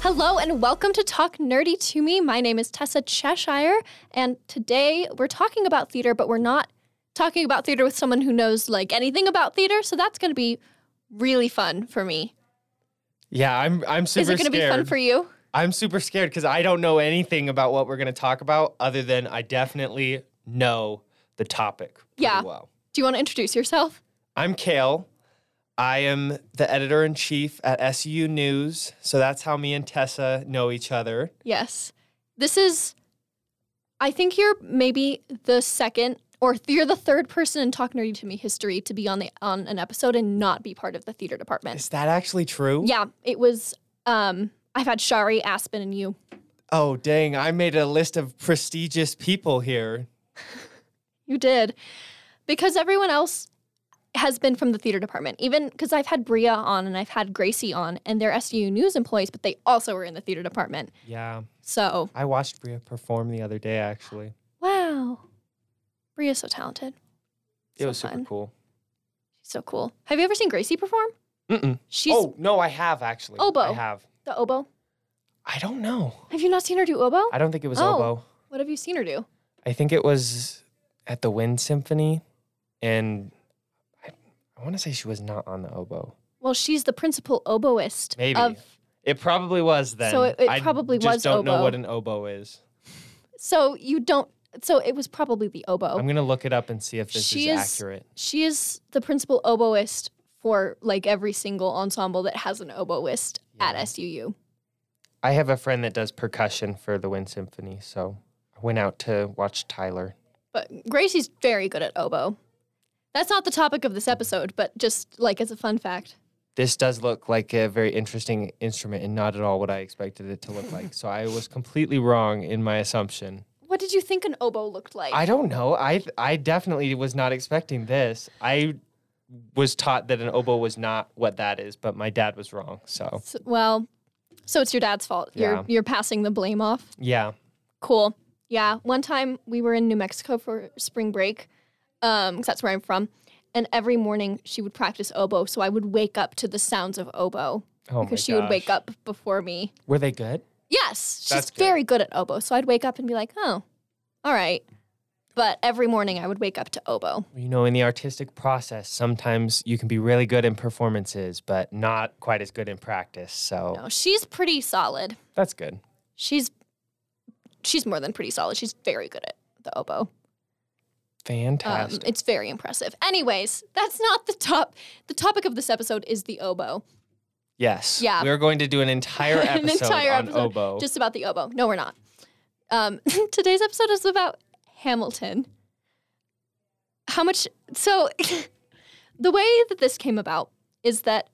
Hello and welcome to Talk Nerdy to Me. My name is Tessa Cheshire, and today we're talking about theater, but we're not talking about theater with someone who knows like anything about theater, so that's going to be really fun for me. Yeah, I'm I'm super is it going to be scared. fun for you? I'm super scared because I don't know anything about what we're going to talk about other than I definitely know the topic pretty Yeah. well. Do you want to introduce yourself? I'm Kale. I am the editor in chief at SU News. So that's how me and Tessa know each other. Yes. This is I think you're maybe the second or th- you're the third person in Talk Nerdy to Me history to be on the on an episode and not be part of the theater department. Is that actually true? Yeah, it was um I've had Shari, Aspen, and you. Oh, dang. I made a list of prestigious people here. You did. Because everyone else has been from the theater department. Even because I've had Bria on and I've had Gracie on, and they're SU News employees, but they also were in the theater department. Yeah. So, I watched Bria perform the other day, actually. wow. Bria's so talented. It was so super fun. cool. She's so cool. Have you ever seen Gracie perform? Mm-mm. She's Oh, no, I have actually. I Oboe. have. the oboe. I don't know. Have you not seen her do oboe? I don't think it was Oh. oboe. What have you seen her do? I think it was at the Wind Symphony, and I, I want to say she was not on the oboe. Well, she's the principal oboist Maybe. of It probably was then. So it- it I probably just was don't know oboe. what an oboe is. So you don't so it was probably the oboe. I'm gonna look it up and see if this Oh. She is, is- accurate. she is the principal oboist for like every single ensemble that has an oboist at Yeah. SUU. I have a friend that does percussion for the Wind Symphony, so I went out to watch Tyler. But Gracie's very good at oboe. That's not the topic of this episode, but just like as a fun fact. This does look like a very interesting instrument and not at all what I expected it to look like. So I was completely wrong in my assumption. What did you think an oboe looked like? I don't know. I I definitely was not expecting this. I was taught that an oboe was not what that is, but my dad was wrong. So S- well, so it's your dad's fault. Yeah. You're you're passing the blame off. yeah, Cool. Yeah. One time we were in New Mexico for spring break, um, 'cause that's where I'm from. And every morning she would practice oboe, so I would wake up to the sounds of oboe oh because she would wake up before me. Were they good? Yes, she's That's good. very good at oboe. So I'd wake up and be like, oh, all right. But every morning I would wake up to oboe. You know, in the artistic process, sometimes you can be really good in performances, but not quite as good in practice. So No, she's pretty solid. that's Um, good. She's she's more than pretty solid. She's very good at the oboe. Um, Fantastic. it's very impressive. Anyways, that's not the top. The topic of this episode is the oboe. yes. yeah. We're going to do an entire An episode entire on episode, oboe. Just about the oboe. No, we're not. Um, today's episode is about Hamilton. How much? So, the way that this came about is that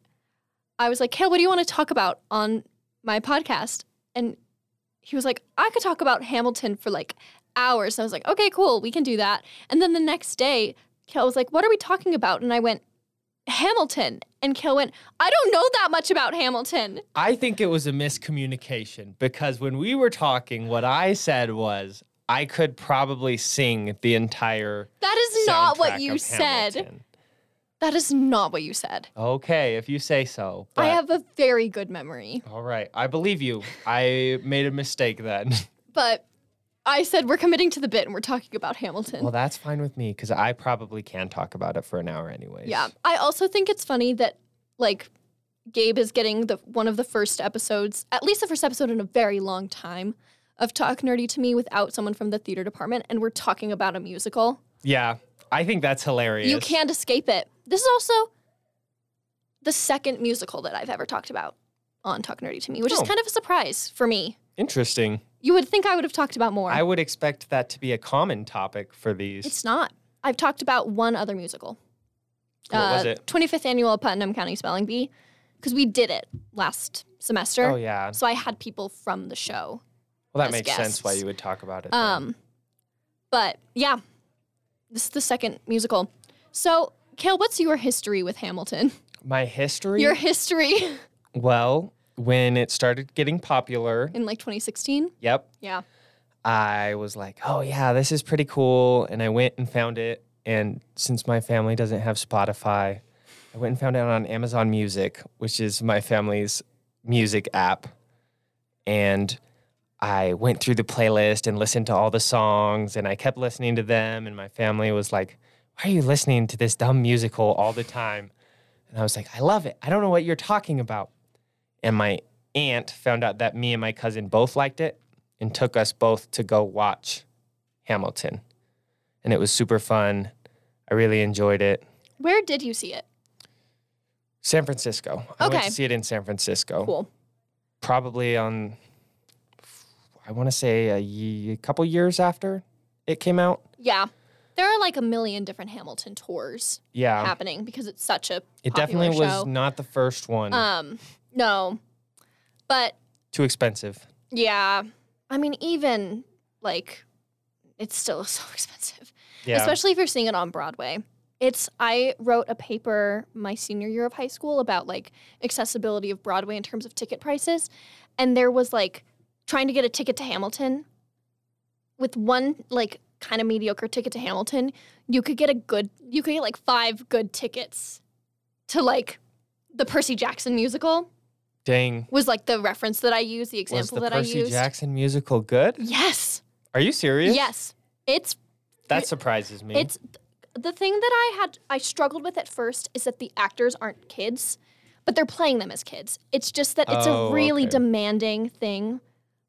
I was like, "Hey, what do you want to talk about on my podcast?" And he was like, "I could talk about Hamilton for like hours." And I was like, "Okay, cool, we can do that." And then the next day, Kale was like, "What are we talking about?" And I went, "Hamilton." And Kale went, "I don't know that much about Hamilton." I think it was a miscommunication because when we were talking, what I said was I could probably sing the entire That is not soundtrack what you of said. Hamilton. That is not what you said. Okay, if you say so. I but- have a very good memory, All right, I believe you. I made a mistake then. but I said we're committing to the bit and we're talking about Hamilton. well, that's fine with me because I probably can talk about it for an hour anyways. yeah. I also think it's funny that like Gabe is getting the one of the first episodes, at least the first episode in a very long time of Talk Nerdy to Me without someone from the theater department and we're talking about a musical. Yeah, I think that's hilarious. You can't escape it. This is also the second musical that I've ever talked about on Talk Nerdy to Me, which Oh. is kind of a surprise for me. Interesting. You would think I would have talked about more. I would expect that to be a common topic for these. It's not. I've talked about one other musical. What uh, was it? 25th annual Putnam County Spelling Bee, because we did it last semester. Oh yeah. So I had people from the show. Well, as that makes sense why guests. you would talk about it. then. Um, but yeah, this is the second musical. So, Kale, what's your history with Hamilton? My history. Your history Well, when it started getting popular, in like 2016? yep, Yeah. I was like, oh yeah, this is pretty cool. And I went and found it. And since my family doesn't have Spotify, I went and found it on Amazon Music, which is my family's music app. and I went through the playlist and listened to all the songs and I kept listening to them and my family was like, "Why are you listening to this dumb musical all the time?" And I was like, "I love it. I don't know what you're talking about." And my aunt found out that me and my cousin both liked it and took us both to go watch Hamilton. And it was super fun. I really enjoyed it. Where did you see it? San Francisco. I went Okay. to see it in San Francisco. Cool. Probably on, I want to say a ye- couple years after it came out. Yeah. There are like a million different Hamilton tours Yeah. happening because it's such a it popular definitely was show. not the first one. um no. But Too expensive. yeah, I mean even like it's still so expensive. Yeah. especially if you're seeing it on Broadway. It's I wrote a paper my senior year of high school about like accessibility of Broadway in terms of ticket prices, and there was like trying to get a ticket to Hamilton with one like kind of mediocre ticket to Hamilton, you could get a good you could get like five good tickets to like the Percy Jackson musical Dang. was like the reference that I used, the Was example the that I Percy used. Jackson musical good? Yes. Are you serious? Yes. It's That surprises me. It's the thing that I had I struggled with at first is that the actors aren't kids, but they're playing them as kids. It's just that it's Oh, a really okay. demanding thing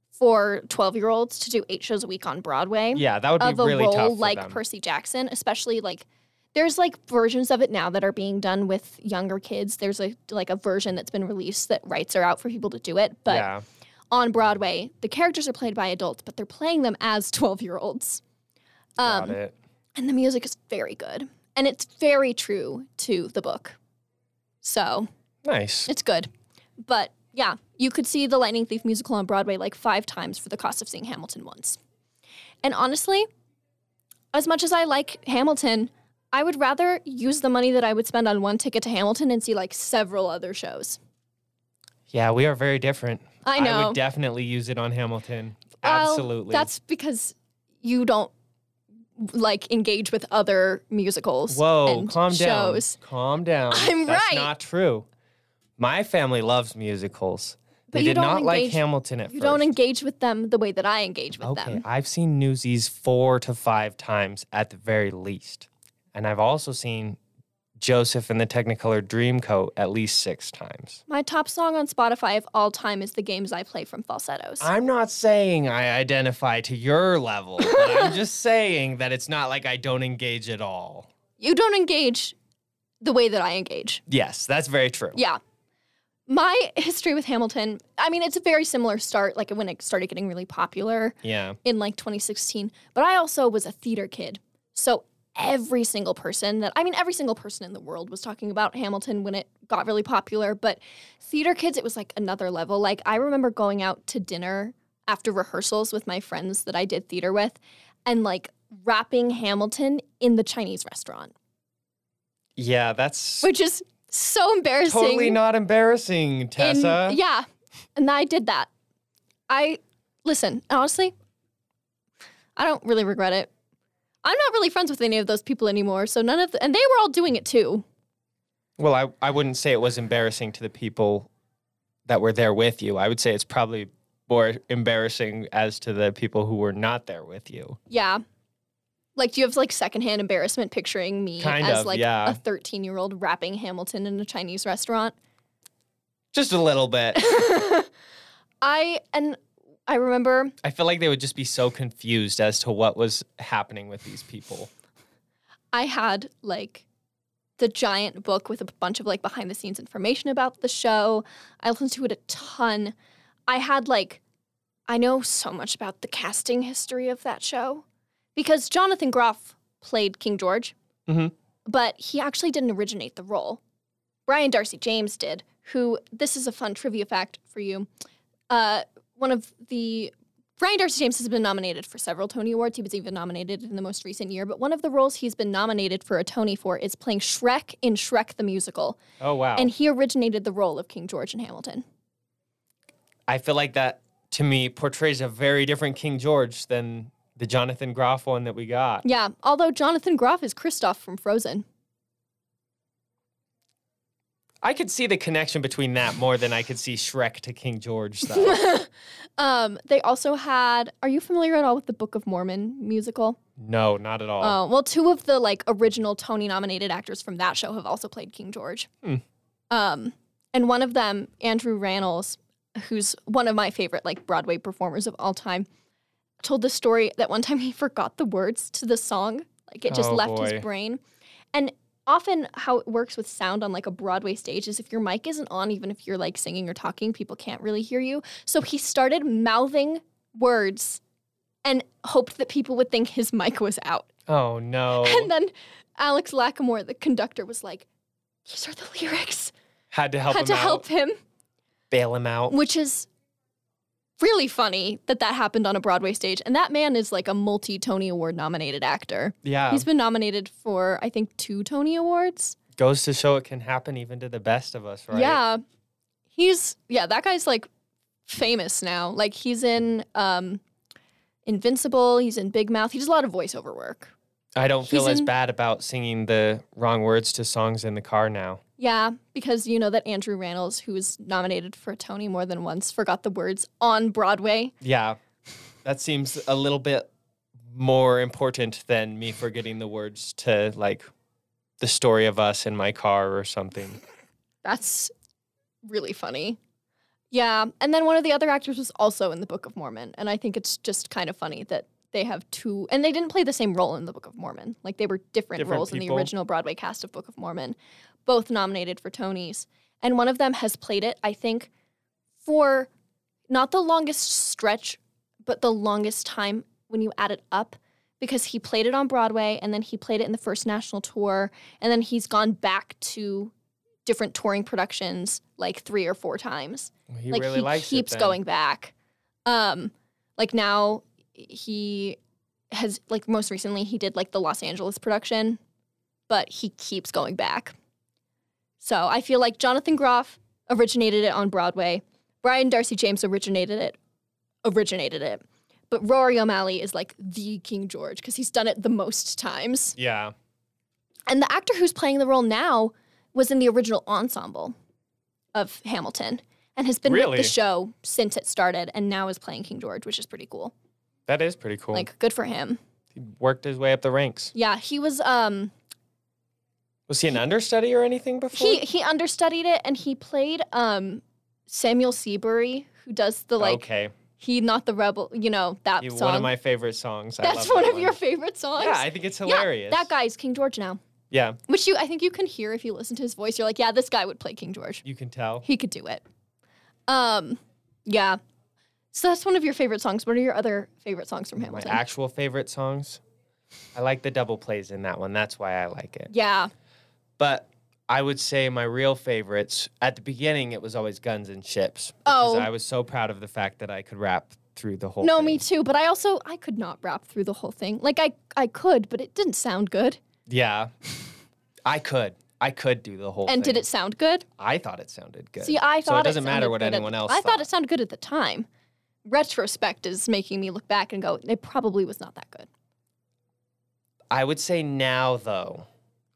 for 12-year-olds to do 8 shows a week on Broadway yeah, that would be of a really tough. role For like them. Percy Jackson, especially like there's like versions of it now that are being done with younger kids. There's a like a version that's been released that rights are out for people to do it, but yeah. on Broadway, the characters are played by adults, but they're playing them as 12-year-olds. um, Got it. And the music is very good. And it's very true to the book. So Nice. it's good. But yeah, you could see the Lightning Thief musical on Broadway like five times for the cost of seeing Hamilton once. And honestly, as much as I like Hamilton, I would rather use the money that I would spend on one ticket to Hamilton and see like several other shows. Yeah, we are very different. I I know. would definitely use it on Hamilton. Well, Absolutely. that's because you don't like engage with other musicals. Whoa, and calm shows. down. Calm down. I'm That's right. not true. My family loves musicals. But they you did don't not like engage- Hamilton at You first. don't engage with them the way that I engage with okay, them. I've seen Newsies four to five times at the very least. And I've also seen Joseph and the Technicolor Dreamcoat at least six times. My top song on Spotify of all time is The Games I Play from Falsettos. I'm not saying I identify to your level, but I'm just saying that it's not like I don't engage at all. you don't engage the way that I engage. Yes, that's very true. Yeah. My history with Hamilton, I mean, it's a very similar start, like when it started getting really popular Yeah. in like 2016. But I also was a theater kid. So every single person that, I mean, every single person in the world was talking about Hamilton when it got really popular. But theater kids, it was like another level. Like I remember going out to dinner after rehearsals with my friends that I did theater with and like rapping Hamilton in the Chinese restaurant, Yeah, that's which is so embarrassing. totally not embarrassing, in- Tessa. yeah. And I did that. I listen, honestly, I don't really regret it. I'm not really friends with any of those people anymore, so none of the, and they were all doing it too. Well, I, I wouldn't say it was embarrassing to the people that were there with you. I would say it's probably more embarrassing as to the people who were not there with you. Yeah. Like, do you have like secondhand embarrassment picturing me Kind as of, like yeah. a 13 year old rapping Hamilton in a Chinese restaurant? Just a little bit. I, and I remember I feel like they would just be so confused as to what was happening with these people. I had like the giant book with a bunch of like behind the scenes information about the show. I listened to it a ton. I had like, I know so much about the casting history of that show because Jonathan Groff played King George, Mhm. but he actually didn't originate the role. Brian Darcy James did, who, this is a fun trivia fact for you. Uh, one of the Brian Darcy James has been nominated for several Tony Awards. He was even nominated in the most recent year, but one of the roles he's been nominated for a Tony for is playing Shrek in Shrek the Musical. Oh, wow. And he originated the role of King George in Hamilton. I feel like that, to me, portrays a very different King George than the Jonathan Groff one that we got. Yeah, although Jonathan Groff is Kristoff from Frozen. I could see the connection between that more than I could see Shrek to King George. Though. Um, they also had. Are you familiar at all with the Book of Mormon musical? no, not at all. Uh, well, two of the like original Tony-nominated actors from that show have also played King George. Hmm. Um, and one of them, Andrew Rannells, who's one of my favorite like Broadway performers of all time, told the story that one time he forgot the words to the song, like it just Oh, left boy. his brain. And often, how it works with sound on like a Broadway stage is if your mic isn't on, even if you're like singing or talking, people can't really hear you. So he started mouthing words. And hoped that people would think his mic was out. oh no, And then Alex Lackamore, the conductor, was like, "These are the lyrics." had to help Had him to out, Oh. help Mm, him, bail him out. which is really funny that that happened on a Broadway stage. And that man is like a multi Tony Award nominated actor. Yeah, He's been nominated for I think two Tony Awards. goes to show it can happen even to the best of us, right? Yeah, he's yeah that guy's like famous now. Like he's in um, Invincible. He's in Big Mouth. He does a lot of voiceover work. I don't feel He's as in- bad about singing the wrong words to songs in the car now. Yeah, because you know that Andrew Rannells, who was nominated for a Tony more than once, forgot the words on Broadway. Yeah, that seems a little bit more important than me forgetting the words to like the story of us in my car or something. That's really funny. Yeah, and then one of the other actors was also in the Book of Mormon, and I think it's just kind of funny that they have two, and they didn't play the same role in the Book of Mormon. Like they were different, Different roles in the people. original Broadway cast of Book of Mormon, both nominated for Tonys, and one of them has played it, I think, for not the longest stretch, but the longest time when you add it up because he played it on Broadway and then he played it in the first national tour and then he's gone back to different touring productions like 3 or 4 times. He like really he likes it keeps then. going back. Um like now he has like most recently he did like the Los Angeles production, but he keeps going back. So I feel like Jonathan Groff originated it on Broadway. Brian Darcy James originated it. Originated it. But Rory O'Malley is like the King George because he's done it the most times. Yeah. And the actor who's playing the role now was in the original ensemble of Hamilton and has been with Really? the show since it started and now is playing King George, which is pretty cool. That is pretty cool. Like good for him. he worked his way up the ranks. Yeah, he was um Was he an understudy or anything before? he he understudied it and he played um Samuel Seabury who does the like okay, he not the rebel, you know, that He- song. one of my favorite songs. I That's love one that of your favorite songs. Yeah, I think it's Yeah, hilarious. that guy's King George now. Yeah, Which you I think you can hear if you listen to his voice. You're like, yeah, this guy would play King George. you can tell. He could do it. Um, yeah. So that's one of your favorite songs. What are your other favorite songs from My Hamilton? actual favorite songs. I like the double plays in that one. That's why I like it. yeah. But I would say my real favorites at the beginning it was always Guns and Ships because Oh. I was so proud of the fact that I could rap through the whole. No, thing. me too. But I also I could not rap through the whole thing. Like I I could, but it didn't sound good. Yeah, I could. I could do the whole. And thing. did it sound good? I thought it sounded good. See, I thought so. It doesn't matter sounded what good at anyone the- else. I thought it sounded good at the time. Retrospect is making me look back and go, it probably was not that good. I would say now though,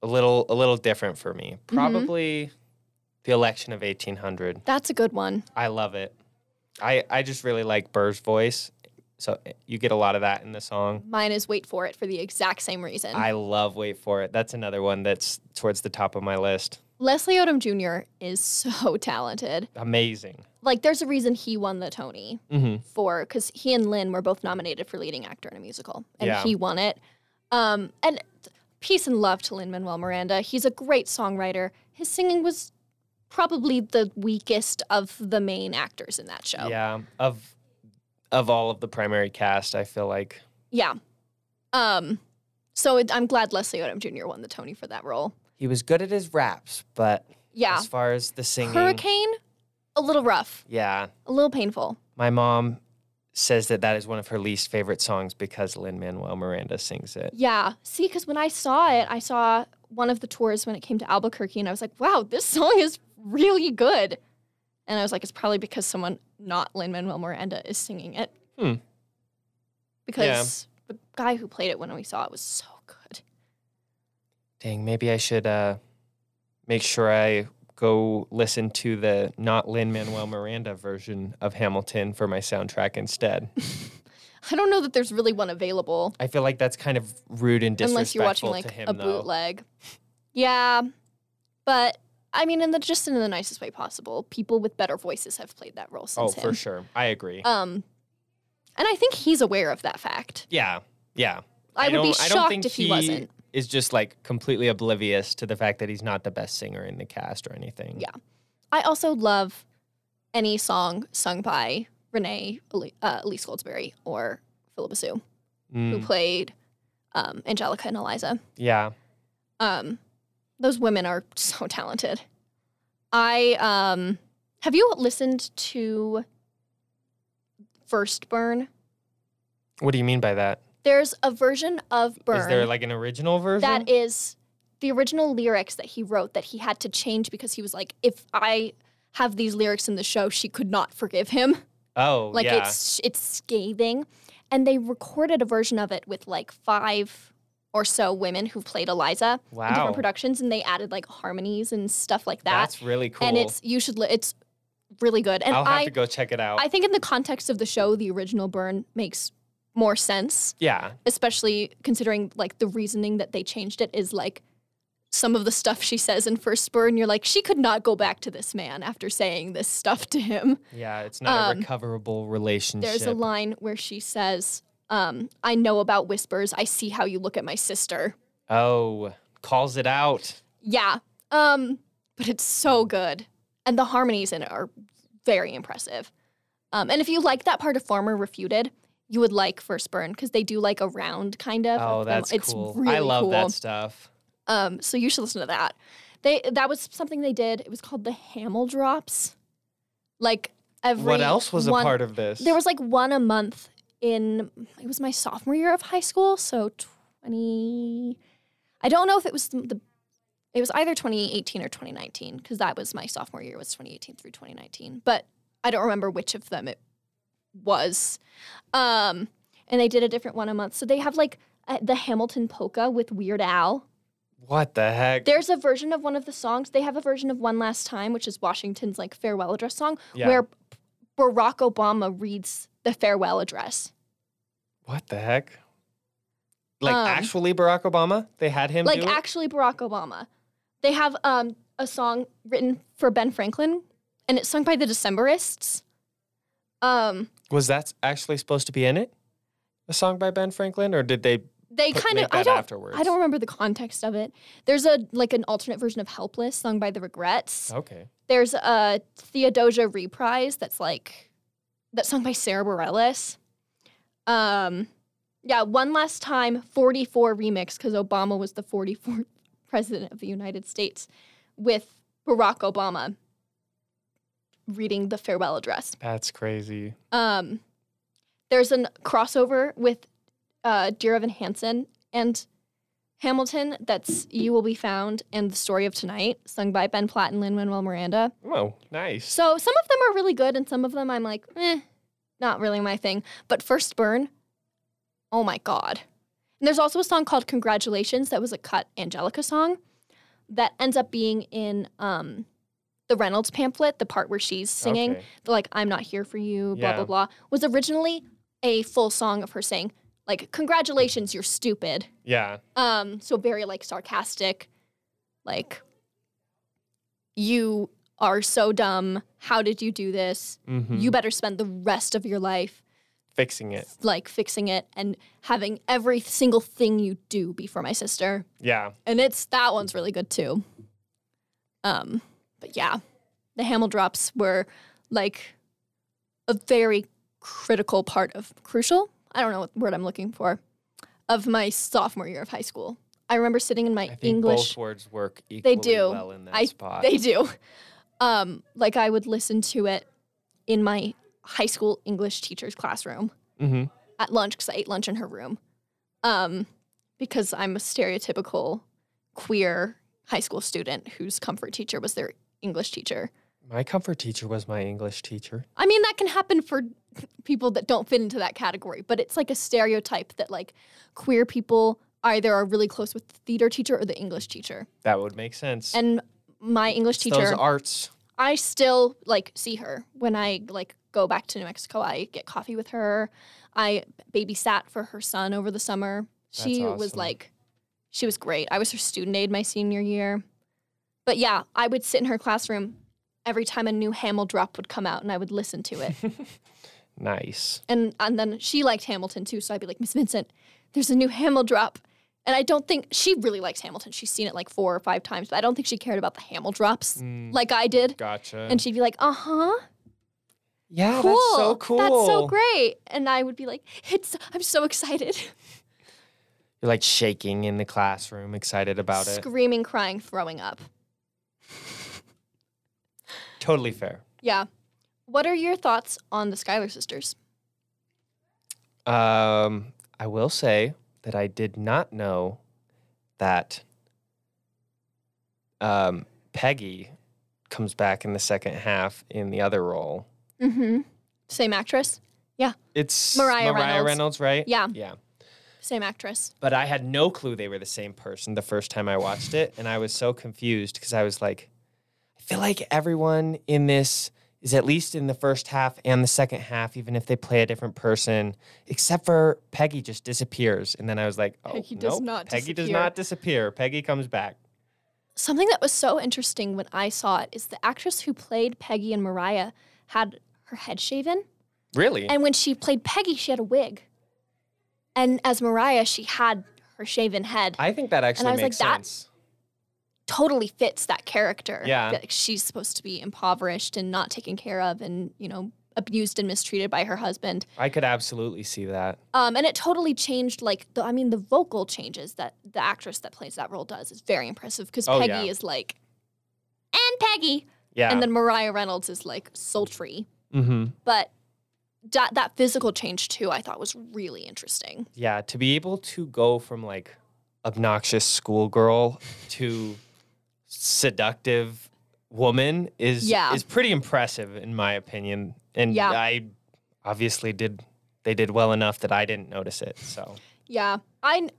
a little a little different for me. Mm-hmm. Probably the election of 1800. That's a good one. I love it. I I just really like Burr's voice. So eh, you get a lot of that in the song. Mine is wait for it for the exact same reason. I love Wait For It. That's another one that's towards the top of my list. Leslie Odom Jr. is so talented. Amazing. Like there's a reason he won the Tony. hmm for because he and Lynn were both nominated for leading actor in a musical, and Yeah. he won it. Um, and peace and love to Lynn Manuel Miranda. He's a great songwriter. His singing was probably the weakest of the main actors in that show. Yeah. Of of all of the primary cast, I feel like Yeah. Um, so it, I'm glad Leslie Odom Jr. won the Tony for that role. he was good at his raps, but Yeah. as far as the singing, Hurricane, a little rough, yeah, a little painful. My mom says that that is one of her least favorite songs because Lin Manuel Miranda sings it. Yeah. See, because when I saw it, I saw one of the tours when it came to Albuquerque, and I was like, wow, this song is really good. And I was like, it's probably because someone not Lin Manuel Miranda is singing it. Hmm. Because the guy who played it when we saw it was so good. Dang, maybe I should uh, make sure I go listen to the not Lin Manuel Miranda version of Hamilton for my soundtrack instead. I don't know that there's really one available I feel like that's kind of rude and disrespectful unless you're watching like to him, a though. bootleg. Yeah, but I mean, in the just in the nicest way possible, people with better voices have played that role oh, since him. for sure. I agree. Um, and I think he's aware of that fact. yeah, yeah. I, would be don't- I don't shocked think if he, wasn't. Is just like completely oblivious to the fact that he's not the best singer in the cast or anything. Yeah. I also love any song sung by Renee Ali- uh, Elise Goldsberry or Philippa Sue, who Mm, played um, Angelica and Eliza. yeah. Um, those women are so talented. I um, have you listened to First Burn? What do you mean by that? There's a version of Is Burn there like an original version? that is the original lyrics that he wrote that he had to change because he was like, if I have these lyrics in the show, she could not forgive him. oh, Like yeah. it's it's scathing, and they recorded a version of it with like five or so women who played Eliza in wow. different productions, and they added like harmonies and stuff like that. That's really cool. And it's you should li- it's really good, and I'll have I to go check it out. I think in the context of the show, the original burn makes more sense, yeah. especially considering like the reasoning that they changed it is like. Some of the stuff she says in First Burn, you're like, she could not go back to this man after saying this stuff to him. Yeah, it's not Um, a recoverable relationship. There's a line where she says, um, I know about whispers. I see how you look at my sister. Oh, calls it out. Yeah. Um, but it's so good. And the harmonies in it are very impressive. Um, and if you like that part of Farmer Refuted, you would like First Burn because they do like a round kind of. Oh, of them. that's it's cool. Really I love cool. that stuff. Um, so you should listen to that. They that was something they did. It was called the Hamel Drops. Like every what else was one, a part of this? There was like one a month in it was my sophomore year of high school, so 20 I don't know if it was the, the it was either 2018 or 2019 because that was my sophomore year was 2018 through 2019, but I don't remember which of them it was. Um and they did a different one a month. So they have like uh, the Hamilton polka with Weird Al. what the heck? There's a version of one of the songs. They have a version of One Last Time, which is Washington's like farewell address song, Yeah. where Barack Obama reads the farewell address. what the heck? Like Um, actually Barack Obama? They had him Like do it? actually Barack Obama. They have um, a song written for Ben Franklin, and it's sung by the Decemberists. Um, Was that actually supposed to be in it? A song by Ben Franklin or did they they put, kind of make I that don't afterwards? I don't remember the context of it. There's a like an alternate version of Helpless sung by the Regrets. Okay. There's a Theodosia reprise that's like that's sung by Sarah Bareilles. Um, yeah, one last time, 44 remix because Obama was the 44th president of the United States, with Barack Obama reading the farewell address. That's crazy. Um, there's a crossover with uh, Dear Evan Hansen and Hamilton. That's "You Will Be Found" and "The Story of Tonight," sung by Ben Platt and Lin Manuel Miranda. Oh, nice. So some of them are really good, and some of them I'm like, eh, not really my thing. But First Burn, oh my god! And there's also a song called "Congratulations" that was a cut Angelica song that ends up being in um, the Reynolds pamphlet, the part where she's singing Okay. the, like I'm not here for you, blah Yeah. blah blah, was originally a full song of her saying like congratulations, you're stupid. Yeah. Um, so very like sarcastic, like you are so dumb. How did you do this? Mhm. You better spend the rest of your life fixing it. like fixing it and having every single thing you do be for my sister. Yeah. And it's that one's really good too. Um, but yeah, the Hamill drops were like a very critical part of crucial. I don't know what word I'm looking for of my sophomore year of high school. I remember sitting in my I think English. both words work equally They do. well in that I- spot. They do. Um, like I would listen to it in my high school English teacher's classroom hmm at lunch because I ate lunch in her room. Um, because I'm a stereotypical queer high school student whose comfort teacher was their English teacher. My comfort teacher was my English teacher. I mean, that can happen for people that don't fit into that category, but it's like a stereotype that like queer people either are really close with the theater teacher or the English teacher. That would make sense. And my English It's Those teacher, arts. I still like see her when I like go back to New Mexico. I get coffee with her. I babysat for her son over the summer. That's she was awesome. like, she was great. I was her student aid my senior year. But yeah, I would sit in her classroom every time a new Hamill drop would come out and I would listen to it. Nice. and and then she liked Hamilton too, so I'd be like, Miss Vincent, there's a new Hamill drop. And I don't think she really likes Hamilton. She's seen it like four or five times, but I don't think she cared about the Hamill drops Mm, like I did. gotcha. And she'd be like, uh huh. yeah, Cool. Oh, that's so cool. That's so great. And I would be like, it's I'm so excited. You're like shaking in the classroom, excited about it. Screaming, crying, throwing up. Totally fair. Yeah. What are your thoughts on the Skylar sisters? Um, I will say that I did not know that um, Peggy comes back in the second half in the other role. Mm-hmm. Same actress? It's Mariah Reynolds. Reynolds, right? Yeah, Yeah. same actress. But I had no clue they were the same person the first time I watched it. And I was so confused because I was like, I feel like everyone in this is at least in the first half and the second half, even if they play a different person, except for Peggy just disappears. And then I was like, oh, Peggy does nope, not Peggy does disappear. not disappear. Peggy comes back. Something that was so interesting when I saw it is the actress who played Peggy and Mariah had her head shaven. Really? And when she played Peggy, she had a wig. And as Mariah, she had her shaven head. I think that actually I was makes like, that- sense. totally fits that character. Yeah. That she's supposed to be impoverished and not taken care of and, you know, abused and mistreated by her husband. I could absolutely see that. Um, and it totally changed, like, the, I mean, the vocal changes that the actress that plays that role does is very impressive because Oh, Peggy yeah. is like, and Peggy. Yeah. And then Mariah Reynolds is like sultry. mm-hmm. But that, that physical change, too, I thought was really interesting. yeah, to be able to go from like obnoxious schoolgirl to seductive woman is Yeah. is pretty impressive in my opinion. And Yeah. I obviously did they did well enough that I didn't notice it. So Yeah. I,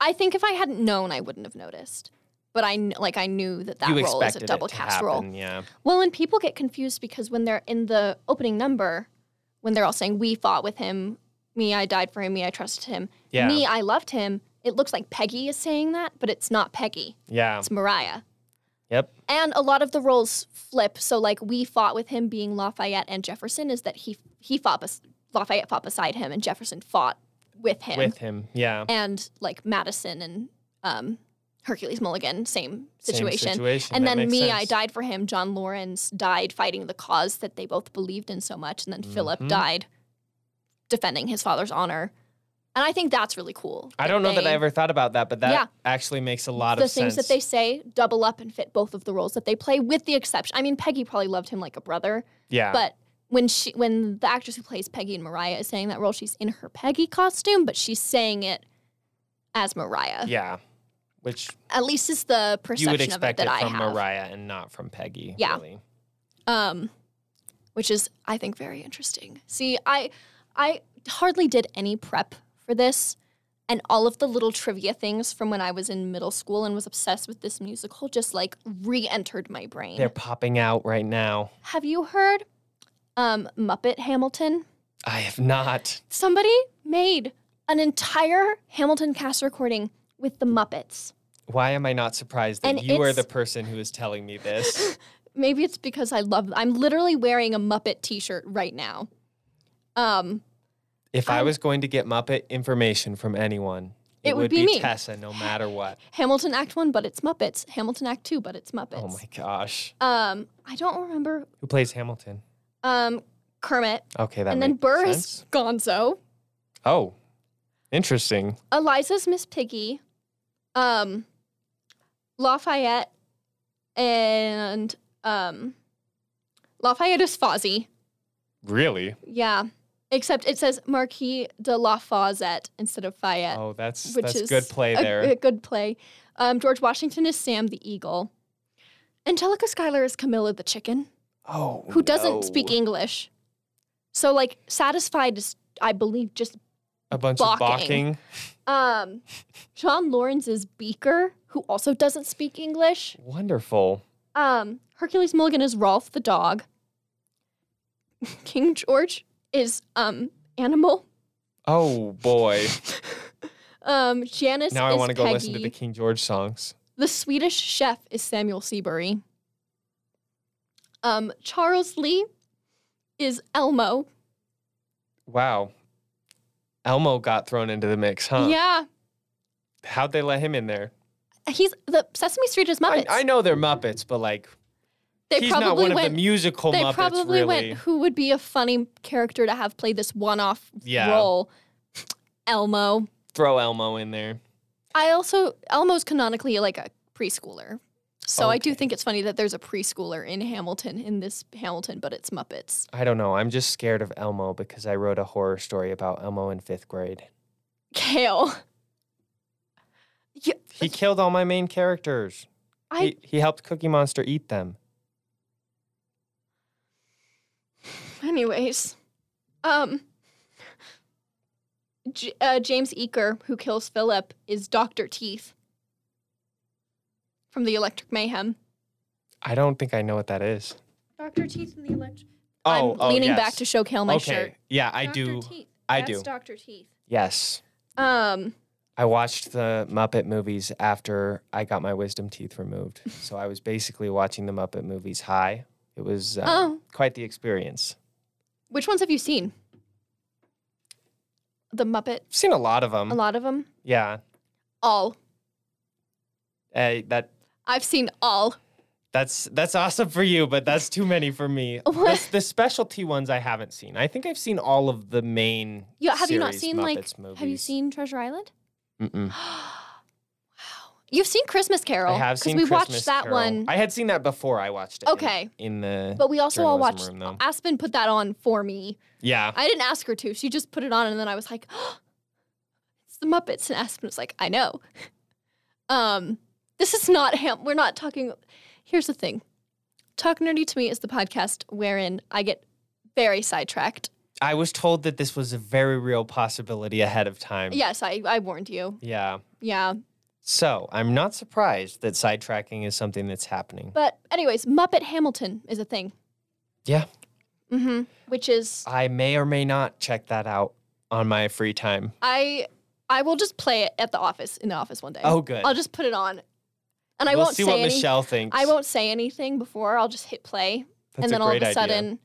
I think if I hadn't known, I wouldn't have noticed. But I kn- like I knew that that you role is expected a double it to cast role. happen, Yeah. Well, and people get confused because when they're in the opening number, when they're all saying, We fought with him, me, I died for him, me, I trusted him, Yeah. me, I loved him, it looks like Peggy is saying that, but it's not Peggy, Yeah. it's Mariah. Yep. And a lot of the roles flip. So, like, we fought with him being Lafayette and Jefferson is that he he fought, bes- Lafayette fought beside him and Jefferson fought with him. With him. Yeah. and like Madison and um, Hercules Mulligan, same Same situation. situation. And That then makes me, I sense. died for him. John Lawrence died fighting the cause that they both believed in so much. And then Philip Mhm. died defending his father's honor. And I think that's really cool. I don't know that they- I ever thought about that, but that Yeah. actually makes a lot the of things sense. that they say double up and fit both of the roles that they play, with the exception. I mean, Peggy probably loved him like a brother, yeah. but when she, when the actress who plays Peggy and Mariah is saying that role, she's in her Peggy costume, but she's saying it as Mariah. yeah. Which at least is the perception you would of expect it it that from I have, Mariah and not from Peggy. Yeah. Really. um, which is I think very interesting. See, I I hardly did any prep for this, and all of the little trivia things from when I was in middle school and was obsessed with this musical just like re-entered my brain. They're popping out right now. Have you heard um, Muppet Hamilton? I have not. Somebody made an entire Hamilton cast recording with the Muppets. Why am I not surprised that And you are it's- the person who is telling me this? maybe it's because I love I'm literally wearing a Muppet t-shirt right now. Um If I I'm- was going to get Muppet information from anyone, it, would, be, me. Tessa, no matter what. Hamilton Act 1 but it's Muppets, Hamilton Act 2 but it's Muppets. Oh my gosh, Um I don't remember who plays Hamilton? um Kermit Okay, that and then makes Burr sense. is Gonzo. Oh, interesting. Eliza's Miss Piggy. Um Lafayette and um Lafayette is Fozzie. Really? Yeah. Except it says Marquis de Lafayette instead of Fayette. Oh, that's which that's is good play a- there. A, good play. Um, George Washington is Sam the Eagle. Angelica Schuyler is Camilla the Chicken, oh, who doesn't speak no. English. So like satisfied is I believe just a bunch of Balking. balking. um John Lawrence is Beaker, who also doesn't speak English. Wonderful. Um, Hercules Mulligan is Rolf the dog. King George is um animal. Oh boy. Um, Janice now I is want to go Peggy. listen to the King George songs. The Swedish chef is Samuel Seabury. Um, Charles Lee is Elmo. Wow. Elmo got thrown into the mix, huh? Yeah, How'd they let him in there? he's the Sesame Street is I, Muppets. I know they're Muppets, but like they he's probably not one went. of the musical they Muppets, probably really. went. Who would be a funny character to have play this one-off Yeah. role? Elmo. Throw Elmo in there. I also Elmo's canonically like a preschooler, so I do Okay. think it's funny that there's a preschooler in Hamilton in this Hamilton, but it's Muppets. I don't know. I'm just scared of Elmo because I wrote a horror story about Elmo in fifth grade. Kale. Yeah, He killed all my main characters. I he, he helped Cookie Monster eat them. Anyways, um, J- uh, James Eaker, who kills Philip, is Doctor Teeth from the Electric Mayhem. I don't think I know what that is. Doctor Teeth in the Electric. Oh, I'm oh, leaning yes. back to show Kale my okay. shirt. Yeah, I do. I do. Doctor Teeth. Yes. Um, I watched the Muppet movies after I got my wisdom teeth removed. So I was basically watching the Muppet movies high. It was uh, Oh. quite the experience. which ones have you seen? The Muppet. I've seen a lot of them. A lot of them. Yeah. All. Uh, that I've seen all. that's that's awesome for you, but that's too many for me. What? The, the specialty ones I haven't seen. I think I've seen all of the main. Yeah. Have you not series seen Muppets like? Movies. Have you seen Treasure Island? Mm-mm. wow. You've seen Christmas Carol. I have 'cause seen. we Christmas watched that Carol. one. I had seen that before I watched it. in- Okay. In, the but we also all journalism watched room, though. Aspen put that on for me. yeah, I didn't ask her to. She just put it on and then I was like, it's the Muppets. And Aspen was like, I know. Um, this is not ham we're not talking here's the thing. Talk Nerdy to Me is the podcast wherein I get very sidetracked. I was told that this was a very real possibility ahead of time. Yes, I, I warned you. Yeah. Yeah. So I'm not surprised that sidetracking is something that's happening. But anyways, Muppet Hamilton is a thing. Yeah. Mm-hmm. Which is I may or may not check that out on my free time. I I will just play it at the office in the office one day. Oh, good. I'll just put it on, and I we'll won't see say what anything. Michelle thinks. I won't say anything before. I'll just hit play, That's and then a all great of a idea. sudden,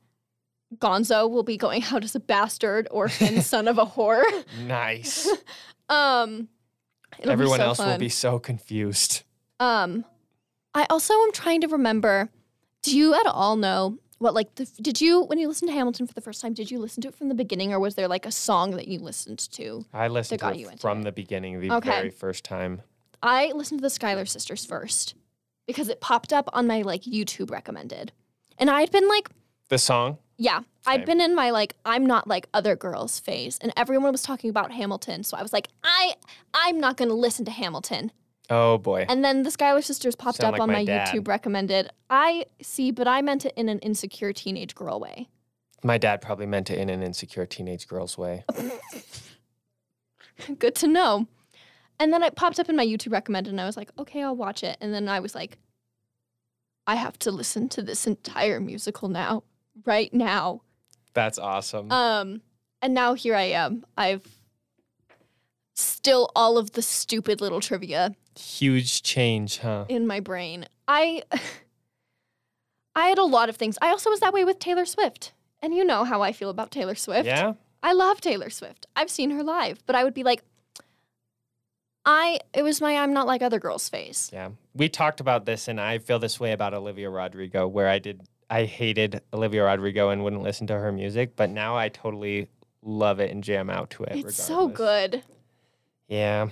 Gonzo will be going out as a bastard orphan son of a whore. Nice. Um, it'll Everyone be so else will fun. be so confused. Um, I also am trying to remember. Do you at all know what like the, did you when you listened to Hamilton for the first time? Did you listen to it from the beginning, or was there like a song that you listened to? I listened to got you into it from the beginning, the Okay. very first time. I listened to the Skylar Sisters first because it popped up on my like YouTube recommended. And I had been like, The song. yeah, Same. I'd been in my like I'm not like other girls phase and everyone was talking about Hamilton, so I was like, I I'm not going to listen to Hamilton. Oh boy. And then the Skylar Sisters popped Sound up like on my my, dad. YouTube recommended. I see, but I meant it in an insecure teenage girl way. My dad probably meant it in an insecure teenage girl's way. Good to know. And then it popped up in my YouTube recommended, and I was like, okay, I'll watch it. And then I was like, I have to listen to this entire musical now, right now. That's awesome. Um, and now here I am. I've still all of the stupid little trivia Huge change, huh? in my brain. I I had a lot of things. I also was that way with Taylor Swift. And you know how I feel about Taylor Swift. Yeah. I love Taylor Swift. I've seen her live, but I would be like, I it was my I'm not like other girls phase. Yeah. We talked about this, and I feel this way about Olivia Rodrigo, where I did, I hated Olivia Rodrigo and wouldn't listen to her music, but now I totally love it and jam out to it. it's so regardless. good. Yeah.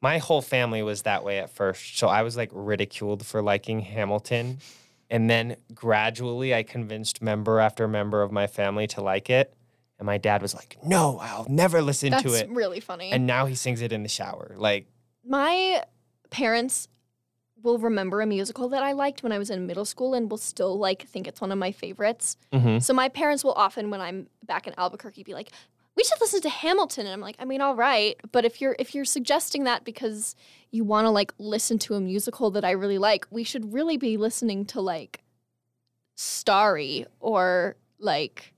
My whole family was that way at first. So I was like ridiculed for liking Hamilton. And then gradually I convinced member after member of my family to like it. And my dad was like, no, I'll never listen That's to it. really funny. And now he sings it in the shower. Like, my parents will remember a musical that I liked when I was in middle school and will still like think it's one of my favorites. mhm. So my parents will often, when I'm back in Albuquerque, be like, we should listen to Hamilton. And I'm like, I mean, all right, but if you're if you're suggesting that because you want to like listen to a musical that I really like, we should really be listening to like Starry or like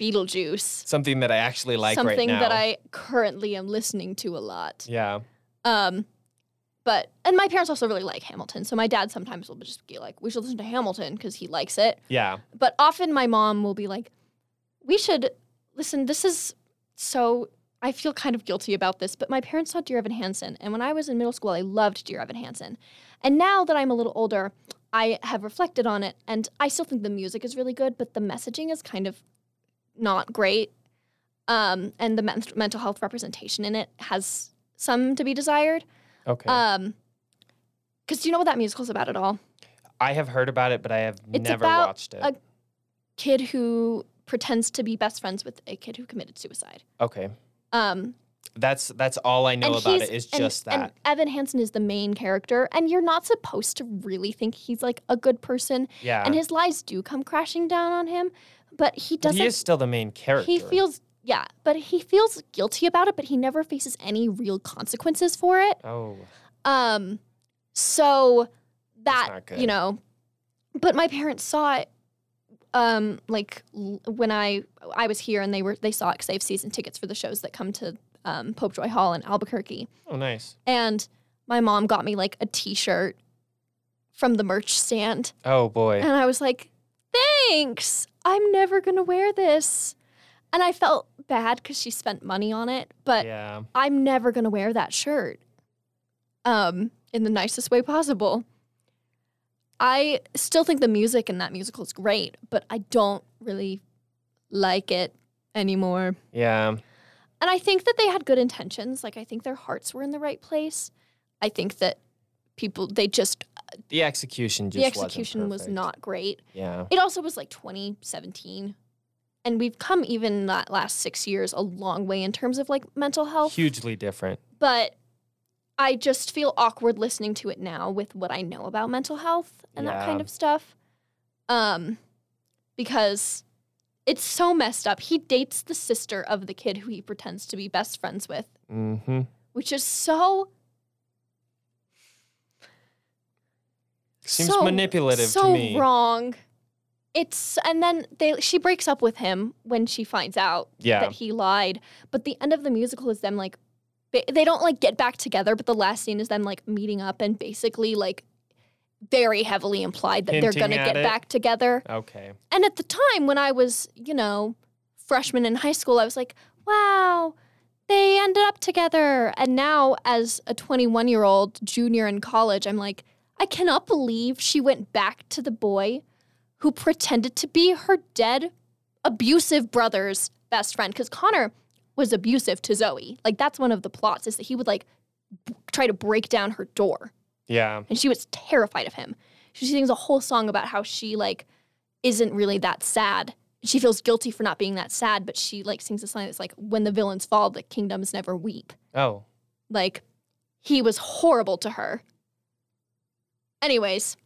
Beetlejuice, Something that I actually like something right now. that I currently am listening to a lot. Yeah. Um, but and my parents also really like Hamilton, so my dad sometimes will just be like, "We should listen to Hamilton" because he likes it. Yeah. But often my mom will be like, "We should listen. This is so." I feel kind of guilty about this, but my parents saw Dear Evan Hansen, and when I was in middle school, I loved Dear Evan Hansen. And now that I'm a little older, I have reflected on it, and I still think the music is really good, but the messaging is kind of not great. Um, and the men- mental health representation in it has some to be desired. Okay. Um, because do you know what that musical's about at all? I have heard about it, but I have it's never about watched it. a- Kid who pretends to be best friends with a kid who committed suicide. okay. Um, That's that's all I know and about he's- it is and- just that. And Evan Hansen is the main character, and you're not supposed to really think he's like a good person, yeah. and his lies do come crashing down on him, but he But doesn't. he is still the main character. he feels yeah, but he feels guilty about it, but he never faces any real consequences for it. Oh. Um, so That's that not good. you know, but my parents saw it. Um, like l- when I I was here and they were they saw it because they have season tickets for the shows that come to um, Popejoy Hall in Albuquerque, Oh, nice. and my mom got me like a T-shirt from the merch stand, Oh boy. and I was like, thanks. I'm never gonna wear this, and I felt bad because she spent money on it, but Yeah. I'm never going to wear that shirt um, in the nicest way possible. I still think the music in that musical is great, but I don't really like it anymore. Yeah. And I think that they had good intentions. Like, I think their hearts were in the right place. I think that people, they just, The execution just the execution wasn't was perfect. not great. Yeah. It also was like 2017. And we've come even in that last six years a long way in terms of like mental health. Hugely different. but I just feel awkward listening to it now with what I know about mental health and that kind Yeah. of stuff. Um, because it's so messed up. He dates the sister of the kid who he pretends to be best friends with, Mm-hmm. which is so Seems so, manipulative so to me. wrong. It's and then they she breaks up with him when she finds out Yeah. that he lied. But the end of the musical is them like, ba- they don't like get back together, but the last scene is them like meeting up and basically like very heavily implied that Hinting they're gonna at get it. back together. Okay. And at the time when I was, you know, freshman in high school, I was like, wow, they ended up together. And now as a 21 year old junior in college, I'm like, I cannot believe she went back to the boy who pretended to be her dead, abusive brother's best friend. Because Connor was abusive to Zoe. Like, that's one of the plots is that he would like b- try to break down her door Yeah. and she was terrified of him. She sings a whole song about how she like isn't really that sad. She feels guilty for not being that sad, but she like sings a song that's like, "When the villains fall, the kingdoms never weep." Oh. Like, he was horrible to her. Anyways,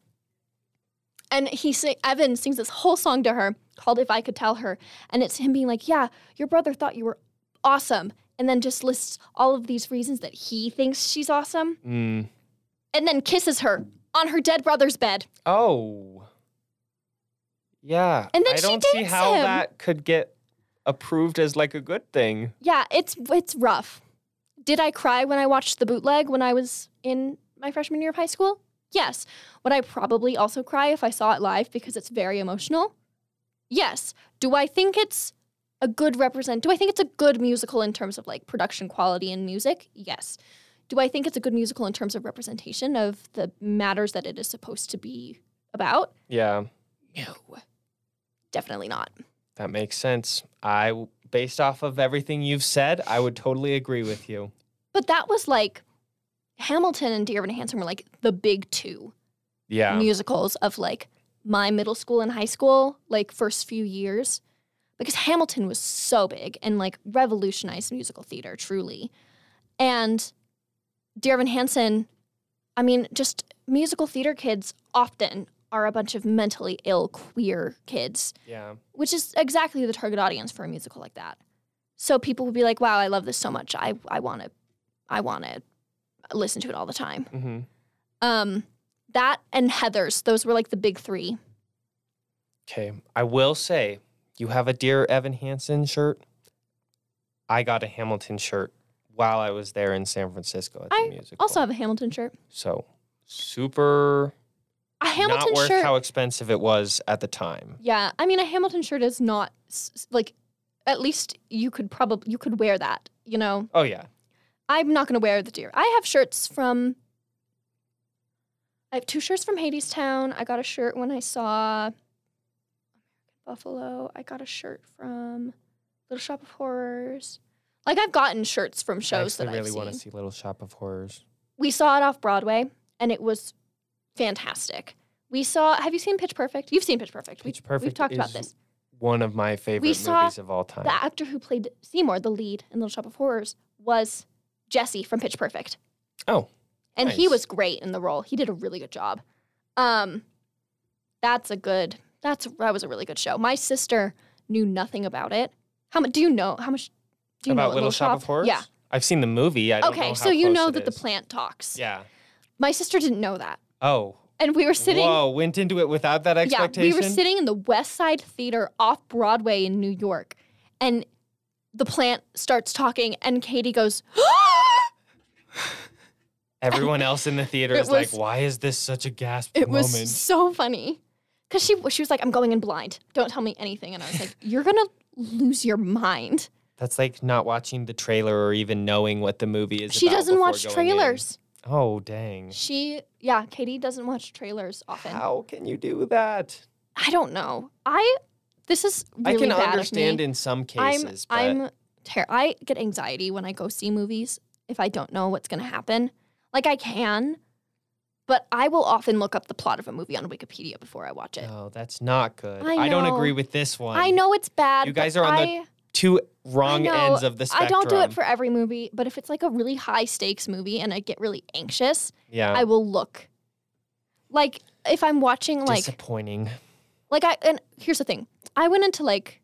and he sing Evan sings this whole song to her called "If I Could Tell Her," and it's him being like, "Yeah, your brother thought you were awesome," and then just lists all of these reasons that he thinks she's awesome Mm. and then kisses her on her dead brother's bed. Oh. Yeah. And then I she don't see dates how him. that could get approved as like a good thing. Yeah, it's it's rough. Did I cry when I watched the bootleg when I was in my freshman year of high school? Yes. Would I probably also cry if I saw it live because it's very emotional? Yes. Do I think it's a good represent Do I think it's a good musical in terms of like production quality and music? Yes. Do I think it's a good musical in terms of representation of the matters that it is supposed to be about? Yeah. No. Definitely not. That makes sense. I based off of everything you've said, I would totally agree with you. But that was like Hamilton and Dear Evan Hansen were like the big two Yeah. musicals of like my middle school and high school, like first few years. Because Hamilton was so big and like revolutionized musical theater, truly. And Dear Evan Hansen, I mean, just musical theater kids often are a bunch of mentally ill queer kids Yeah. which is exactly the target audience for a musical like that. So people would be like, "Wow, I love this so much. I I want to I want to listen to it all the time." Mm-hmm. Um that and Heathers, those were like the big 3. Okay. I will say, you have a Dear Evan Hansen shirt. I got a Hamilton shirt while I was there in San Francisco at the I music. Also have a Hamilton shirt. so super A Hamilton not worth shirt. how expensive it was at the time. yeah, I mean a Hamilton shirt is not s- s- like at least you could probably you could wear that, you know. Oh yeah. I'm not going to wear the deer. I have shirts from. I have two shirts from Hades Town. I got a shirt when I saw American Buffalo. I got a shirt from Little Shop of Horrors. Like I've gotten shirts from shows I that actually really I've want seen. to see Little Shop of Horrors. We saw it off Broadway, and it was fantastic. We saw. Have you seen Pitch Perfect? You've seen Pitch Perfect. Pitch Perfect We've talked about is this. One of my favorite saw movies of all time. The actor who played Seymour, the lead in Little Shop of Horrors, was Jesse from Pitch Perfect. Oh, and he nice. was great in the role. He did a really good job. Um, that's a good. That's that was a really good show. My sister knew nothing about it. How much do you know? How much do you know about Little Shop of Horrors. Yeah. I've seen the movie. I don't know Okay, how so you close know it that the is. plant talks. Yeah. My sister didn't know that, Oh. and we were sitting. Whoa! Went into it without that Yeah, expectation. we were sitting in the West Side Theater off Broadway in New York, and the plant starts talking, and Katie goes, Everyone else in the theater It is like, was- "Why is this such a gasp It moment?" was so funny. Cause she she was like, I'm going in blind. Don't tell me anything. And I was like, You're gonna lose your mind. That's like not watching the trailer or even knowing what the movie is. She about doesn't before watch going in. trailers. Oh dang! She yeah, Katie doesn't watch trailers often. How can you do that? I don't know. I this is really I can bad understand of me. in some I'm cases, but I'm ter- I get anxiety when I go see movies if I don't know what's gonna happen. Like I can, but I will often look up the plot of a movie on Wikipedia before I watch it. no, that's not good. I don't know. agree with this one. I know it's bad. Oh, You but guys are on the I- Two wrong know. ends of the spectrum. I don't do it for every movie, but if it's like a really high stakes movie and I get really anxious, yeah. I will look. Like if I'm watching like disappointing. like I and here's the thing. I went into like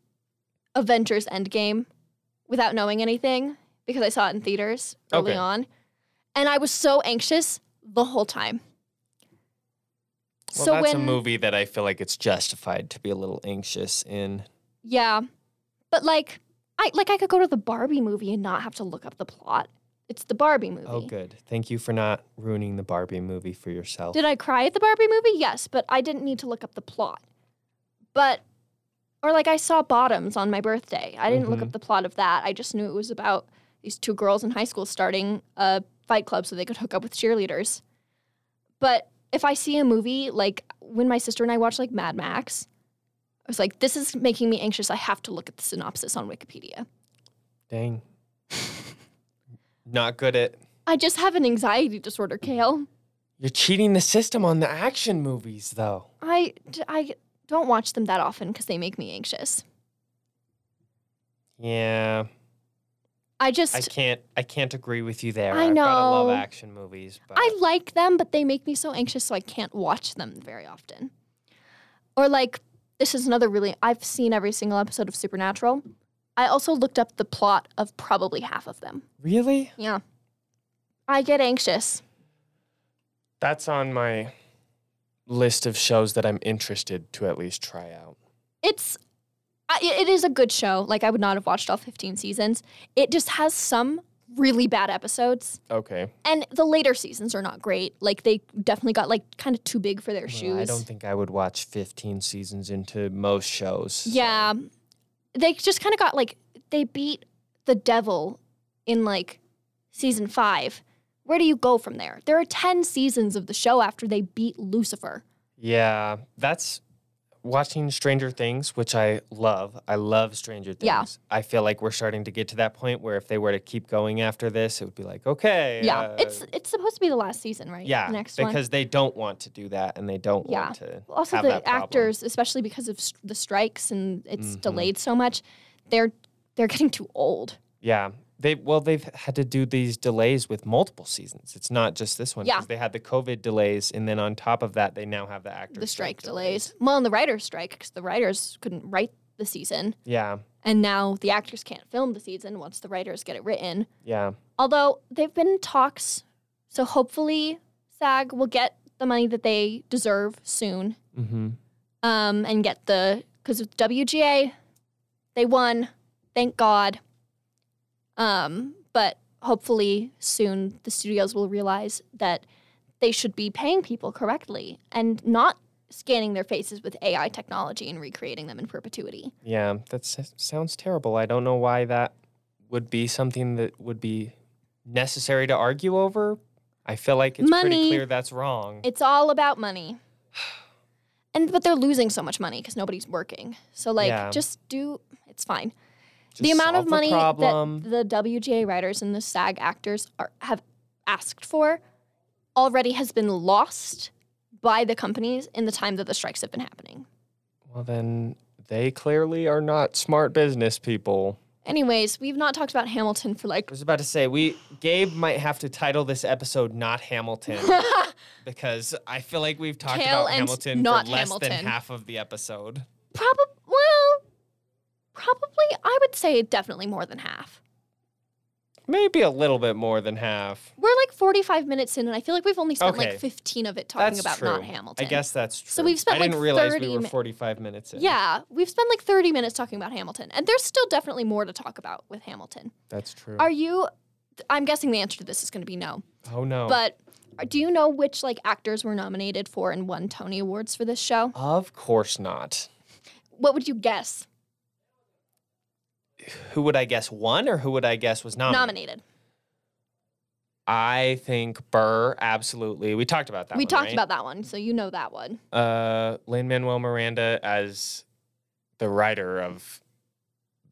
Avengers Endgame without knowing anything because I saw it in theaters early Okay. on. And I was so anxious the whole time. Well, that's a movie that I feel like it's justified to be a little anxious in. Yeah. But like I like I could go to the Barbie movie and not have to look up the plot. It's the Barbie movie. Oh, good. Thank you for not ruining the Barbie movie for yourself. Did I cry at the Barbie movie? Yes, but I didn't need to look up the plot. But, or like I saw Bottoms on my birthday. I didn't look Mhm. up the plot of that. I just knew it was about these two girls in high school starting a fight club so they could hook up with cheerleaders. But if I see a movie, like when my sister and I watched like Mad Max, I was like, this is making me anxious. I have to look at the synopsis on Wikipedia. Dang. not good at. I just have an anxiety disorder, Kale. You're cheating the system on the action movies, though. I, I don't watch them that often because they make me anxious. Yeah, I just I can't. I can't agree with you there. I I've gotta love know. action movies, but I like them, but they make me so anxious, so I can't watch them very often. Or like, this is another really I've seen every single episode of Supernatural. I also looked up the plot of probably half of them. really, Yeah, I get anxious. that's on my list of shows that I'm interested to at least try out. It's I, it is a good show. Like I would not have watched all 15 seasons. It just has some really bad episodes. Okay, And the later seasons are not great. Like they definitely got like kind of too big for their shoes. Well, I don't think I would watch 15 seasons into most shows. so- Yeah. They just kind of got like, they beat the devil in like season five. Where do you go from there? There are 10 seasons of the show after they beat Lucifer. Yeah, that's watching Stranger Things, which I love. I love Stranger Things. Yeah. I feel like we're starting to get to that point where if they were to keep going after this, it would be like, okay. Yeah. uh, it's it's supposed to be the last season, right? yeah, The next because one. they don't want to do that and they don't Yeah. want to. Also, have the that problem. actors, especially because of st- the strikes and it's Mhm. delayed so much, they're they're getting too old. Yeah. They well, they've had to do these delays with multiple seasons. It's not just this one Yeah. they had the COVID delays, and then on top of that, they now have the actors The strike delays. Well, and the writers' strike because the writers couldn't write the season, Yeah, And now the actors can't film the season once the writers get it written. Yeah. Although they've been in talks, so hopefully SAG will get the money that they deserve soon Mm-hmm. um, and get the because with WGA, they won, thank God. Um, but hopefully soon the studios will realize that they should be paying people correctly and not scanning their faces with AI technology and recreating them in perpetuity. Yeah. That s- sounds terrible. I don't know why that would be something that would be necessary to argue over. I feel like it's Money. pretty clear that's wrong. It's all about money. And but they're losing so much money because nobody's working. So like Yeah. just do it's fine. the Just amount solve of money the problem. that the WGA writers and the SAG actors are, have asked for already has been lost by the companies in the time that the strikes have been happening. well, then they clearly are not smart business people. Anyways, we've not talked about Hamilton for like I was about to say we Gabe might have to title this episode not Hamilton because I feel like we've talked Kale about and Hamilton not for less than Hamilton. half of the episode. probably well probably I would say definitely more than half. Maybe a little bit more than half. We're like 45 minutes in and I feel like we've only spent Okay. like 15 of it talking that's about true. not Hamilton. I guess that's true. So we've spent I like didn't realize 30 we were mi- 45 minutes in. Yeah, we've spent like 30 minutes talking about Hamilton, and there's still definitely more to talk about with Hamilton. That's true. Are you? I'm guessing the answer to this is going to be no. oh no. But do you know which like actors were nominated for and won Tony Awards for this show? of course not. What would you guess? Who would I guess won or who would I guess was nominated? Nominated. I think Burr absolutely. We talked about that we one, talked right? about that one, so you know that one. uh, Lin Manuel Miranda as the writer of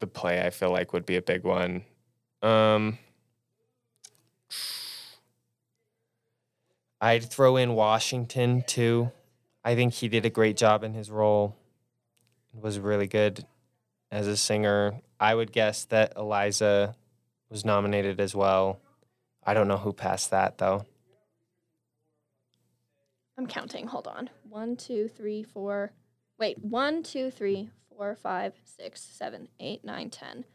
the play, I feel like would be a big one. Um, I'd throw in Washington too. I think he did a great job in his role. Was really good as a singer. I would guess that Eliza was nominated as well. I don't know who passed that though. I'm counting. Hold on. One, two, three, four. Wait. One, two, three, four, five, six, seven, eight, nine, ten,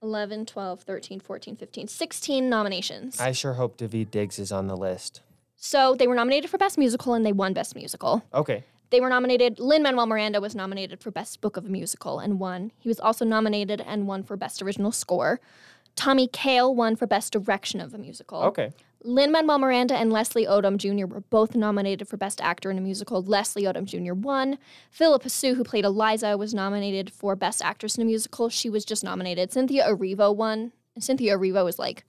eleven, twelve, thirteen, fourteen, fifteen, sixteen nominations. I sure hope David Diggs is on the list. So they were nominated for Best Musical and they won Best Musical. Okay. They were nominated, Lin Manuel Miranda was nominated for Best Book of a Musical and won. He was also nominated and won for Best Original Score. Tommy Kail won for Best Direction of a Musical. Okay. Lin Manuel Miranda and Leslie Odom Jr. were both nominated for Best Actor in a Musical. Leslie Odom Jr. won. Philippa Sue, who played Eliza, was nominated for Best Actress in a Musical. She was just nominated. Cynthia Erivo won. And Cynthia Erivo is like,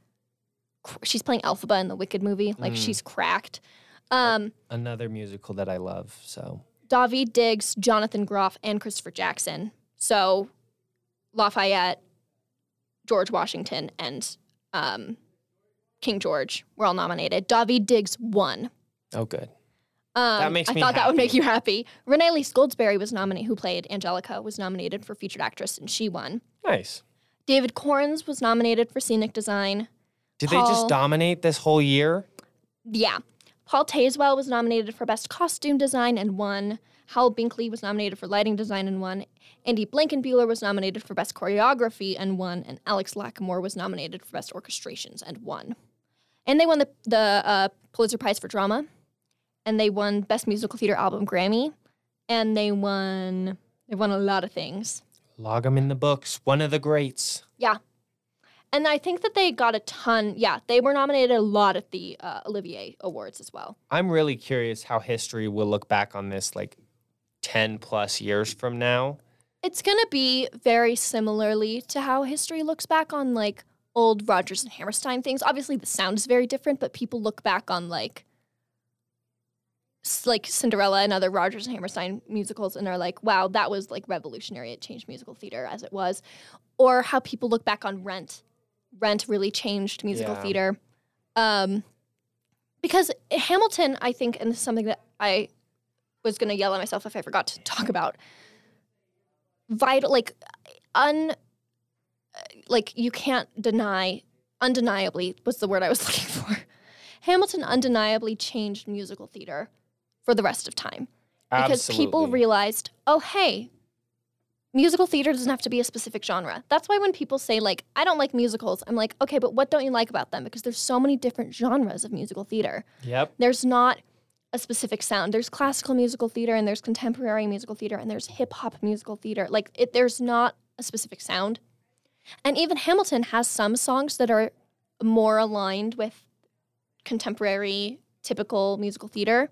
cr- she's playing Elphaba in the Wicked movie. Like, Mm. she's cracked. Um, another musical that I love. So Davi Diggs, Jonathan Groff, and Christopher Jackson. So, Lafayette, George Washington, and um, King George were all nominated. Davi Diggs won. oh, good. Um, makes I me thought that would make happy. you happy. Renee Lee Goldsberry was nominated, who played Angelica, was nominated for featured actress, and she won. Nice. David Corns was nominated for scenic design. Did they Paul- just dominate this whole year? Yeah. Paul Tazewell was nominated for best costume design and won. Hal Binkley was nominated for lighting design and won. Andy Blankenbuehler was nominated for best choreography and won. And Alex Lackamore was nominated for best orchestrations and won. And they won the the uh, Pulitzer Prize for drama, and they won best musical theater album Grammy, and they won they won a lot of things. Log them in the books. One of the greats. And I think that they got a ton. Yeah, they were nominated a lot at the uh, Olivier Awards as well. I'm really curious how history will look back on this like 10 plus years from now. It's going to be very similarly to how history looks back on like old Rogers and Hammerstein things. Obviously, the sound is very different, but people look back on like s- like Cinderella and other Rogers and Hammerstein musicals and are like, "Wow, that was like revolutionary. It changed musical theater as it was." Or how people look back on Rent. Rent really changed musical Yeah. theater. Um because Hamilton, I think, and this is something that I was going to yell at myself if I forgot to talk about vital like un like you can't deny undeniably what's the word I was looking for. Hamilton undeniably changed musical theater for the rest of time because people Absolutely. realized, oh hey, musical theater doesn't have to be a specific genre. That's why when people say like I don't like musicals, I'm like, okay, but what don't you like about them? Because there's so many different genres of musical theater. Yep. There's not a specific sound. There's classical musical theater and there's contemporary musical theater and there's hip hop musical theater. Like it there's not a specific sound. And even Hamilton has some songs that are more aligned with contemporary typical musical theater.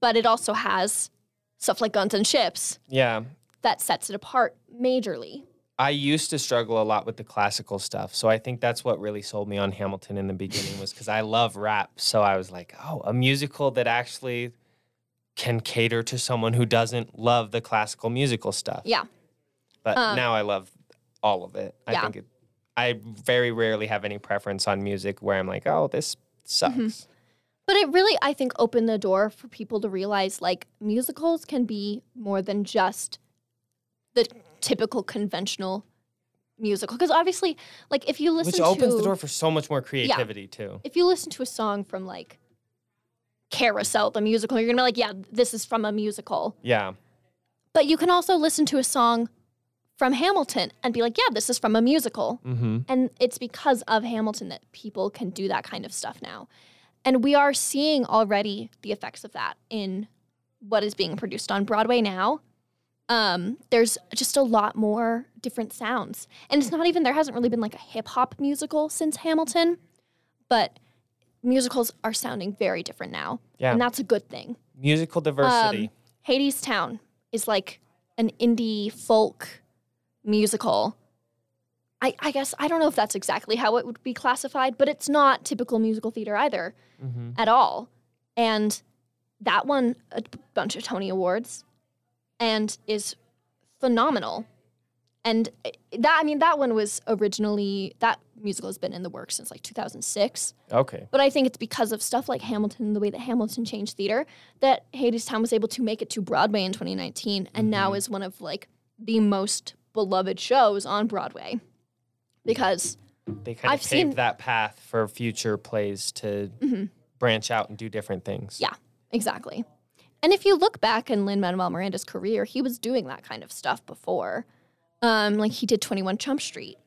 But it also has stuff like Guns and Ships Yeah. that sets it apart majorly. I used to struggle a lot with the classical stuff. So I think that's what really sold me on Hamilton in the beginning was because I love rap. So I was like, oh, a musical that actually can cater to someone who doesn't love the classical musical stuff. Yeah. But um, now I love all of it. I yeah. think it, I very rarely have any preference on music where I'm like, oh, this sucks. Mm-hmm. But it really, I think, opened the door for people to realize like musicals can be more than just the typical conventional musical. Because obviously, like if you listen Which to opens the door for so much more creativity too. if you listen to a song from like Carousel, the musical, you're gonna be like, yeah, this is from a musical. Yeah. But you can also listen to a song from Hamilton and be like, yeah, this is from a musical. Mm-hmm. And it's because of Hamilton that people can do that kind of stuff now. And we are seeing already the effects of that in what is being produced on Broadway now. Um, there's just a lot more different sounds. And it's not even, there hasn't really been like a hip hop musical since Hamilton, but musicals are sounding very different now. Yeah. And that's a good thing. Musical Um, diversity. Hades Town is like an indie folk musical. I, I guess I don't know if that's exactly how it would be classified, but it's not typical musical theater either mm-hmm. at all. And that won a b- bunch of Tony Awards and is phenomenal. And i- that, I mean, that one was originally, that musical has been in the works since like 2006. Okay. But I think it's because of stuff like Hamilton and the way that Hamilton changed theater that Hades Town was able to make it to Broadway in 2019 and now is one of like the most beloved shows on Broadway. Because They kind of I've paved seen- Mm-hmm. that path for future plays to branch out and do different things. yeah, exactly. And if you look back in Lin Manuel Miranda's career, he was doing that kind of stuff before. Um, like he did 21 Chump Street,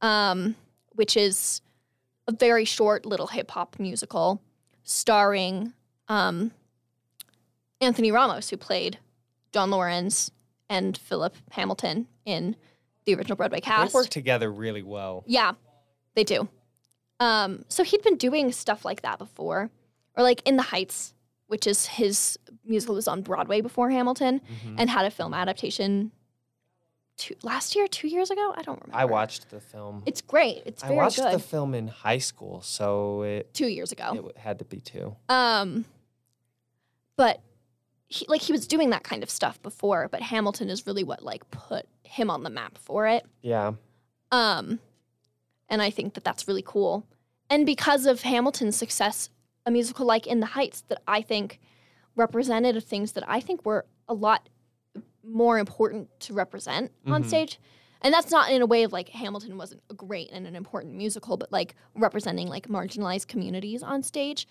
um, which is a very short little hip hop musical starring um, Anthony Ramos, who played John Lawrence and Philip Hamilton in the original Broadway cast. They work together really well. Yeah, they do. Um, so he'd been doing stuff like that before, or like in the Heights, which is his musical was on Broadway before Hamilton Mm-hmm. and had a film adaptation two, last year, two years ago. I don't remember. I watched the film. It's great. It's I very watched good. Oh. the film in high school, so it two years ago. it w- had to be two. Um, but he, like he was doing that kind of stuff before, but Hamilton is really what like put him on the map for it. Yeah. Um, and I think that that's really cool. And because of Hamilton's success, a musical like In the Heights that I think represented of things that I think were a lot more important to represent on Mhm. stage. And that's not in a way of like Hamilton wasn't a great and an important musical, but like representing like marginalized communities on stage.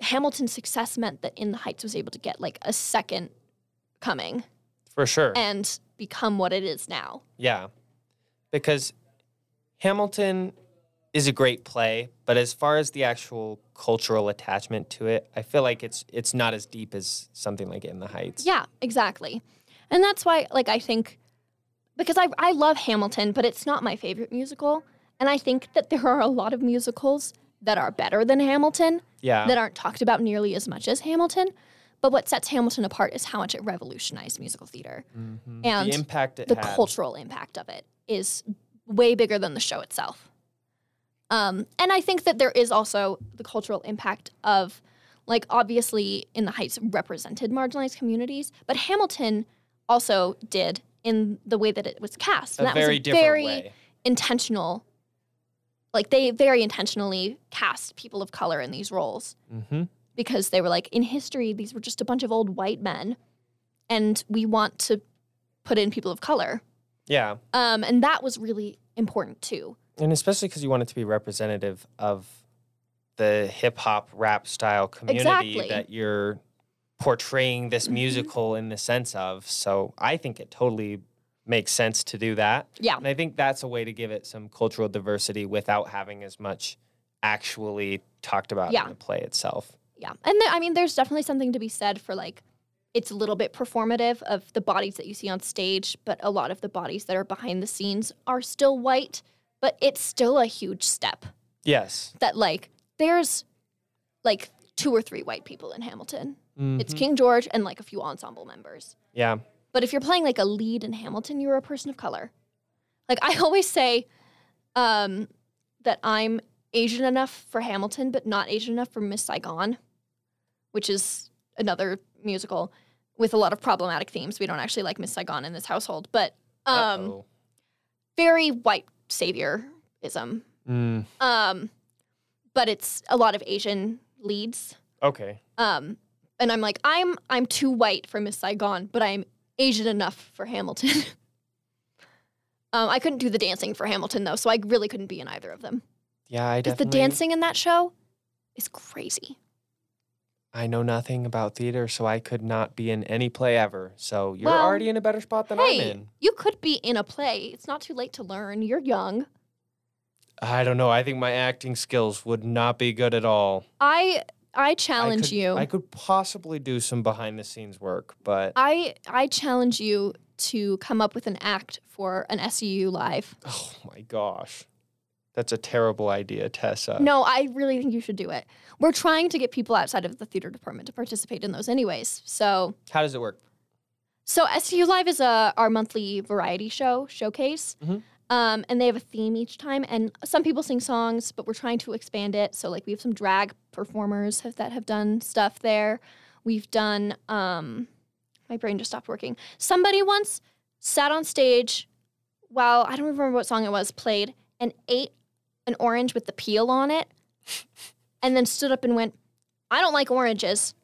Hamilton's success meant that In the Heights was able to get like a second coming For sure. and become what it is now. Yeah. Because Hamilton is a great play, but as far as the actual cultural attachment to it, I feel like it's it's not as deep as something like In the Heights. Yeah, exactly. And that's why, like, I think because I, I love Hamilton, but it's not my favorite musical. And I think that there are a lot of musicals that are better than Hamilton Yeah. that aren't talked about nearly as much as Hamilton. But what sets Hamilton apart is how much it revolutionized musical theater. And the impact it the had. cultural impact of it is way bigger than the show itself. Um, and I think that there is also the cultural impact of, like, obviously, in the Heights represented marginalized communities, but Hamilton also did in the way that it was cast. And a that very was a different very way. intentional, like, they very intentionally cast people of color in these roles Mm-hmm. because they were like, in history, these were just a bunch of old white men, and we want to put in people of color. Yeah. Um, and that was really important too. and especially because you want it to be representative of the hip hop rap style community Exactly. Mm-hmm. that you're portraying this musical in the sense of. So I think it totally makes sense to do that. Yeah. And I think that's a way to give it some cultural diversity without having as much actually talked about Yeah. in the play itself. yeah and there, i mean there's definitely something to be said for like it's a little bit performative of the bodies that you see on stage but a lot of the bodies that are behind the scenes are still white but it's still a huge step Yes. that like there's like two or three white people in hamilton Mm-hmm. it's Um, king george and like a few ensemble members yeah. but if you're playing like a lead in hamilton you're a person of color like i always say um that i'm asian enough for hamilton but not asian enough for miss saigon which is another musical with a lot of problematic themes we don't actually like miss saigon in this household but um Uh-oh. very white saviorism Mm, um but it's a lot of asian leads okay. um, and I'm like, I'm I'm too white for Miss Saigon, but I'm Asian enough for Hamilton. um, I couldn't do the dancing for Hamilton though, so I really couldn't be in either of them. Yeah, I Because the definitely. dancing in that show is crazy. I know nothing about theater, so I could not be in any play ever. So you're Well, already in a better spot than I'm Hey, in. you could be in a play. It's not too late to learn. You're young. I don't know. I think my acting skills would not be good at all. I I I challenge could- you. I could possibly do some behind the scenes work, but I I challenge you to come up with an act for an SEU live. oh my gosh. That's a terrible idea, Tessa. No, I really think you should do it. We're trying to get people outside of the theater department to participate in those anyways. So, How does it work? so SU Live is a our monthly variety show showcase. Mhm. Um, and they have a theme each time and some people sing songs, but we're trying to expand it. So like we have some drag performers have, that have done stuff there. We've done um my brain just stopped working. Somebody once sat on stage while I don't remember what song it was played and ate an orange with the peel on it and then stood up and went, I don't like oranges.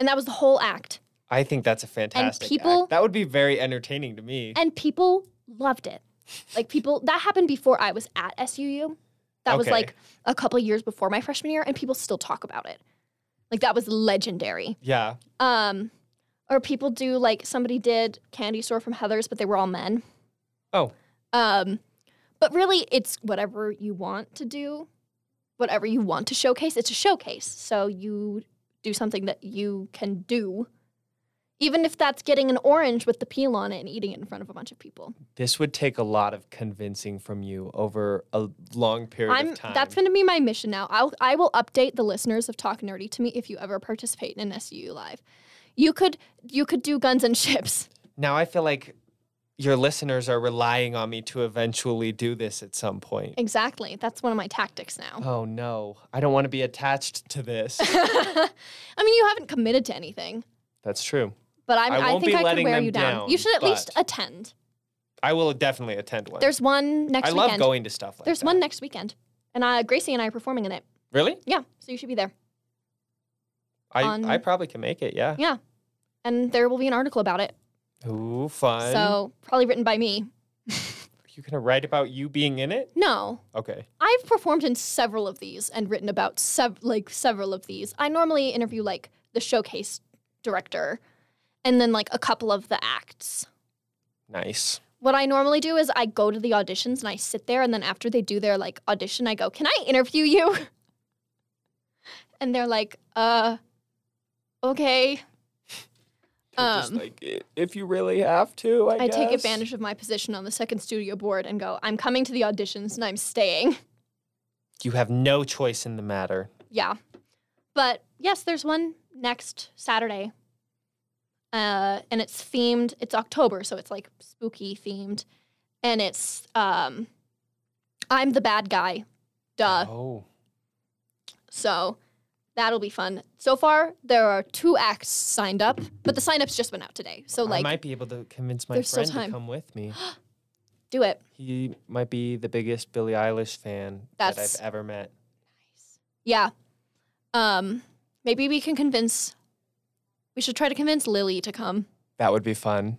And that was the whole act. I think that's a fantastic act. people- That would be very entertaining to me. And people loved it. Like people that happened before I was at SUU. That was Okay. like a couple years before my freshman year and people still talk about it. Like that was legendary. yeah. Um or people do like somebody did candy store from Heathers but they were all men. Oh, Um, but really, it's whatever you want to do, whatever you want to showcase. It's a showcase. So you do something that you can do, even if that's getting an orange with the peel on it and eating it in front of a bunch of people. this would take a lot of convincing from you over a long period I'm of time. that's going to be my mission now. I'll I will update the listeners of Talk Nerdy to me if you ever participate in an SU live. You could you could do guns and ships. now I feel like your listeners are relying on me to eventually do this at some point. Exactly. That's one of my tactics now. Oh no, I don't want to be attached to this. I mean, you haven't committed to anything. That's true. But I'm, I I, won't think be I could letting wear them you down. down, You should at least but- attend. I will definitely attend one. There's one next I love weekend. going to stuff like There's that. one next weekend, and uh, Gracie and I are performing in it. Really? Yeah, so you should be there. I, on- I probably can make it, yeah. Yeah, and there will be an article about it. Ooh, fun. so probably written by me. you gonna write about you being in it? No, Okay. I've performed in several of these and written about sev- like several of these. I normally interview like the showcase director, and then like a couple of the acts. Nice. What I normally do is I go to the auditions and I sit there, and then after they do their like audition, I go, "Can I interview you?" and they're like, "Uh, okay." just Um, like "I- if you really have to, I, I take guess." advantage of my position on the second studio board and go, "I'm coming to the auditions and I'm staying." You have no choice in the matter. yeah, but yes, there's one next Saturday, uh, and it's themed. It's October, so it's like spooky themed, and it's um, I'm the bad guy, duh. oh. So that'll be fun. So far, there are two acts signed up, but the sign up's just went out today. So, I like, might be able to convince my there's still friend time. to come with me. do it. He might be the biggest Billie Eilish fan that That's- I've ever met. Yeah. Um, maybe we can convince, we should try to convince Lily to come. That would be fun.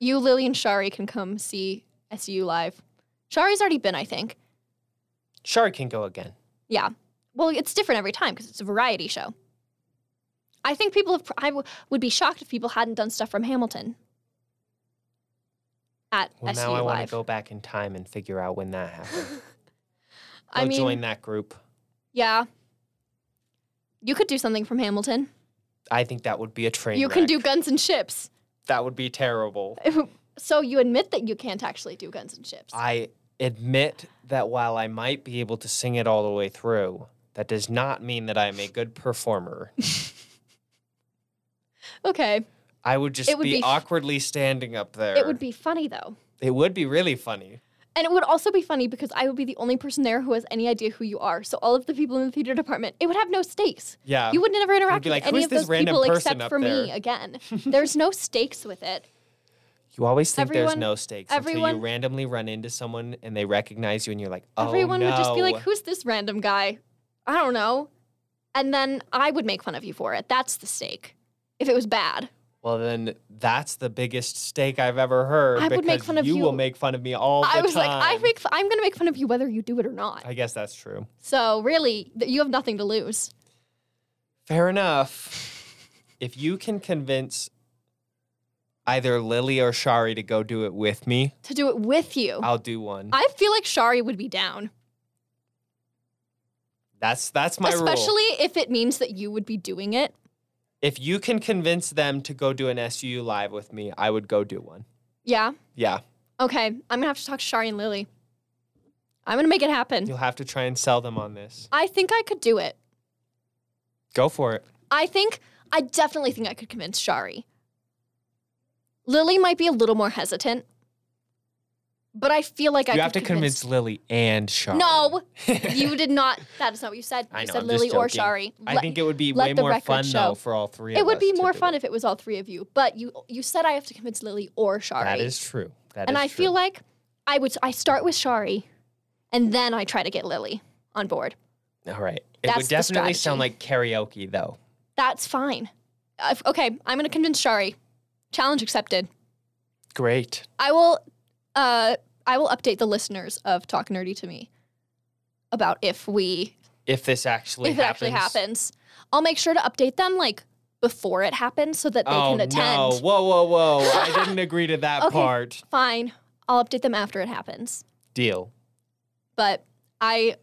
You, Lily, and Shari can come see SU live. Shari's already been, I think. Shari can go again. Yeah. Well, it's different every time because it's a variety show. I think people have. pr- I w- would be shocked if people hadn't done stuff from Hamilton at Well, SU now I want Live. to go back in time and figure out when that happened. Go I mean, join that group. yeah, you could do something from Hamilton. I think that would be a train. You can wreck. do guns and ships. that would be terrible. so you admit that you can't actually do guns and ships. I admit that while I might be able to sing it all the way through, that does not mean that I'm a good performer. okay, I would just It would be, be f- awkwardly standing up there. it would be funny though. It would be really funny. And it would also be funny because I would be the only person there who has any idea who you are. So all of the people in the theater department, it would have no stakes. Yeah. You would never interact Oh. be with like, any "Who's of this those random people person except up for me there?" again. There's no stakes with it. You always think there's Everyone- no stakes until everyone- you randomly run into someone and they recognize you and you're like, oh Everyone no. would just be like, "Who's this random guy?" I don't know. And then I would make fun of you for it. That's the stake. If it was bad. well, then that's the biggest stake I've ever heard. I would make because fun of you. will you. make fun of me all I the was time. like, I make, f- I'm going to make fun of you whether you do it or not. I guess that's true. So really, th- you have nothing to lose. Fair enough. If you can convince either Lily or Shari to go do it with me, To do it with you, I'll do one. I feel like Shari would be down, That's that's my rule. especially if it means that you would be doing it. If you can convince them to go do an SUU live with me, I would go do one. Yeah. Yeah, Mm-hmm. Okay. I'm gonna have to talk to Shari and Lily. I'm gonna make it happen. you'll have to try and sell them on this. I think I could do it. Go for it. I think I definitely think I could convince Shari. Lily might be a little more hesitant, but I feel like I you could have to convince, Lily and Shari. No, you did not. That is not what you said. You I know, said I'm just Lily or joking. Shari. I Let- think it would be let way the more record fun though show. for all three of it would us be to more do fun it. if it was all three of you. But you you said I have to convince Lily or Shari. That is true. That and is I true. feel like I would I start with Shari, and then I try to get Lily on board. all right. It That's would the definitely strategy. sound like karaoke though. That's fine. If- okay, I'm gonna convince Shari. Challenge accepted. Great. I will uh I will update the listeners of Talk Nerdy to me about if we If this actually if it happens. actually happens. I'll make sure to update them like before it happens so that they oh can attend. no! Whoa, whoa, whoa! I didn't agree to that Okay. part. Fine. I'll update them after it happens. Deal. but I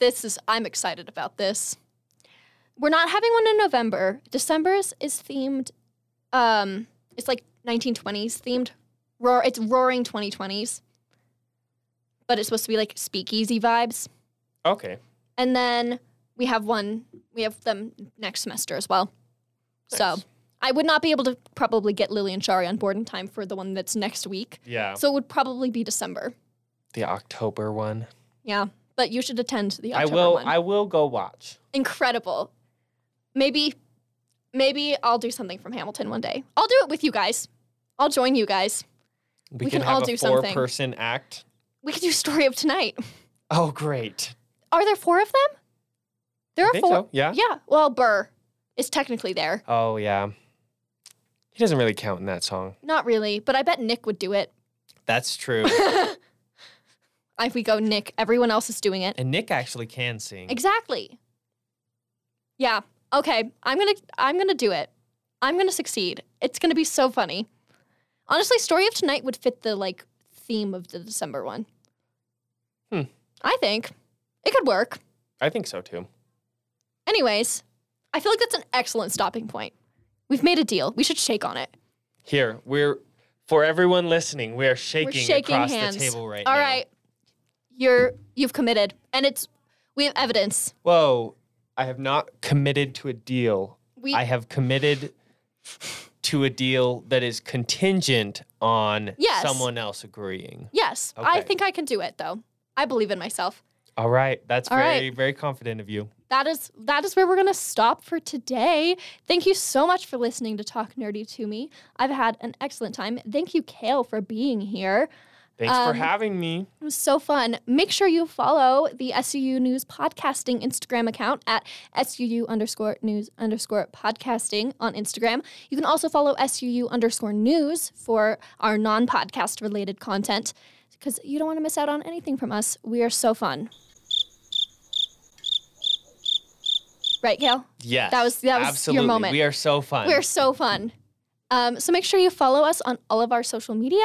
this is I'm excited about this. We're not having one in November. December's is themed um it's like 1920s themed. Roar it's roaring 2020s. But it's supposed to be like speakeasy vibes. Okay. And then we have one we have them next semester as well. So Nice. I would not be able to probably get Lily and Shari on board in time for the one that's next week. Yeah. So it would probably be December. the October one. Yeah. But you should attend the I October will. one. I will go watch. incredible. Maybe, maybe I'll do something from Hamilton one day. I'll do it with you guys. I'll join you guys. We can have all a do four something. person act. We could do story of tonight. Oh, great. Are there four of them? There I are think four. so, yeah. Yeah. Well, Burr is technically there. Oh yeah. He doesn't really count in that song. Not really, but I bet Nick would do it. That's true. If we go Nick, everyone else is doing it. and Nick actually can sing. Exactly. Yeah. Okay. I'm gonna I'm gonna do it. I'm gonna succeed. It's gonna be so funny. Honestly, story of tonight would fit the like theme of the December one. Hmm. I think it could work. I think so too. Anyways, I feel like that's an excellent stopping point. We've made a deal. We should shake on it. Here we're for everyone listening. We are shaking, We're shaking across hands. the table right All now. right. You're you've committed, and it's we have evidence. Whoa! I have not committed to a deal. We I have committed to a deal that is contingent on Yes. someone else agreeing. yes, I Okay. think I can do it though. I believe in myself. All right. That's All very, very confident of you. that is that is where we're going to stop for today. Thank you so much for listening to Talk Nerdy to me. I've had an excellent time. Thank you, Kale, for being here. Thanks for Um, having me. It was so fun. Make sure you follow the SUU News Podcasting Instagram account at SUU underscore news underscore podcasting on Instagram. You can also follow SUU underscore news for our non podcast related content because you don't want to miss out on anything from us. We are so fun. Right, Gail? Yes. That was- that was your absolutely. moment. We are so fun. We're so fun. Um, so make sure you follow us on all of our social media,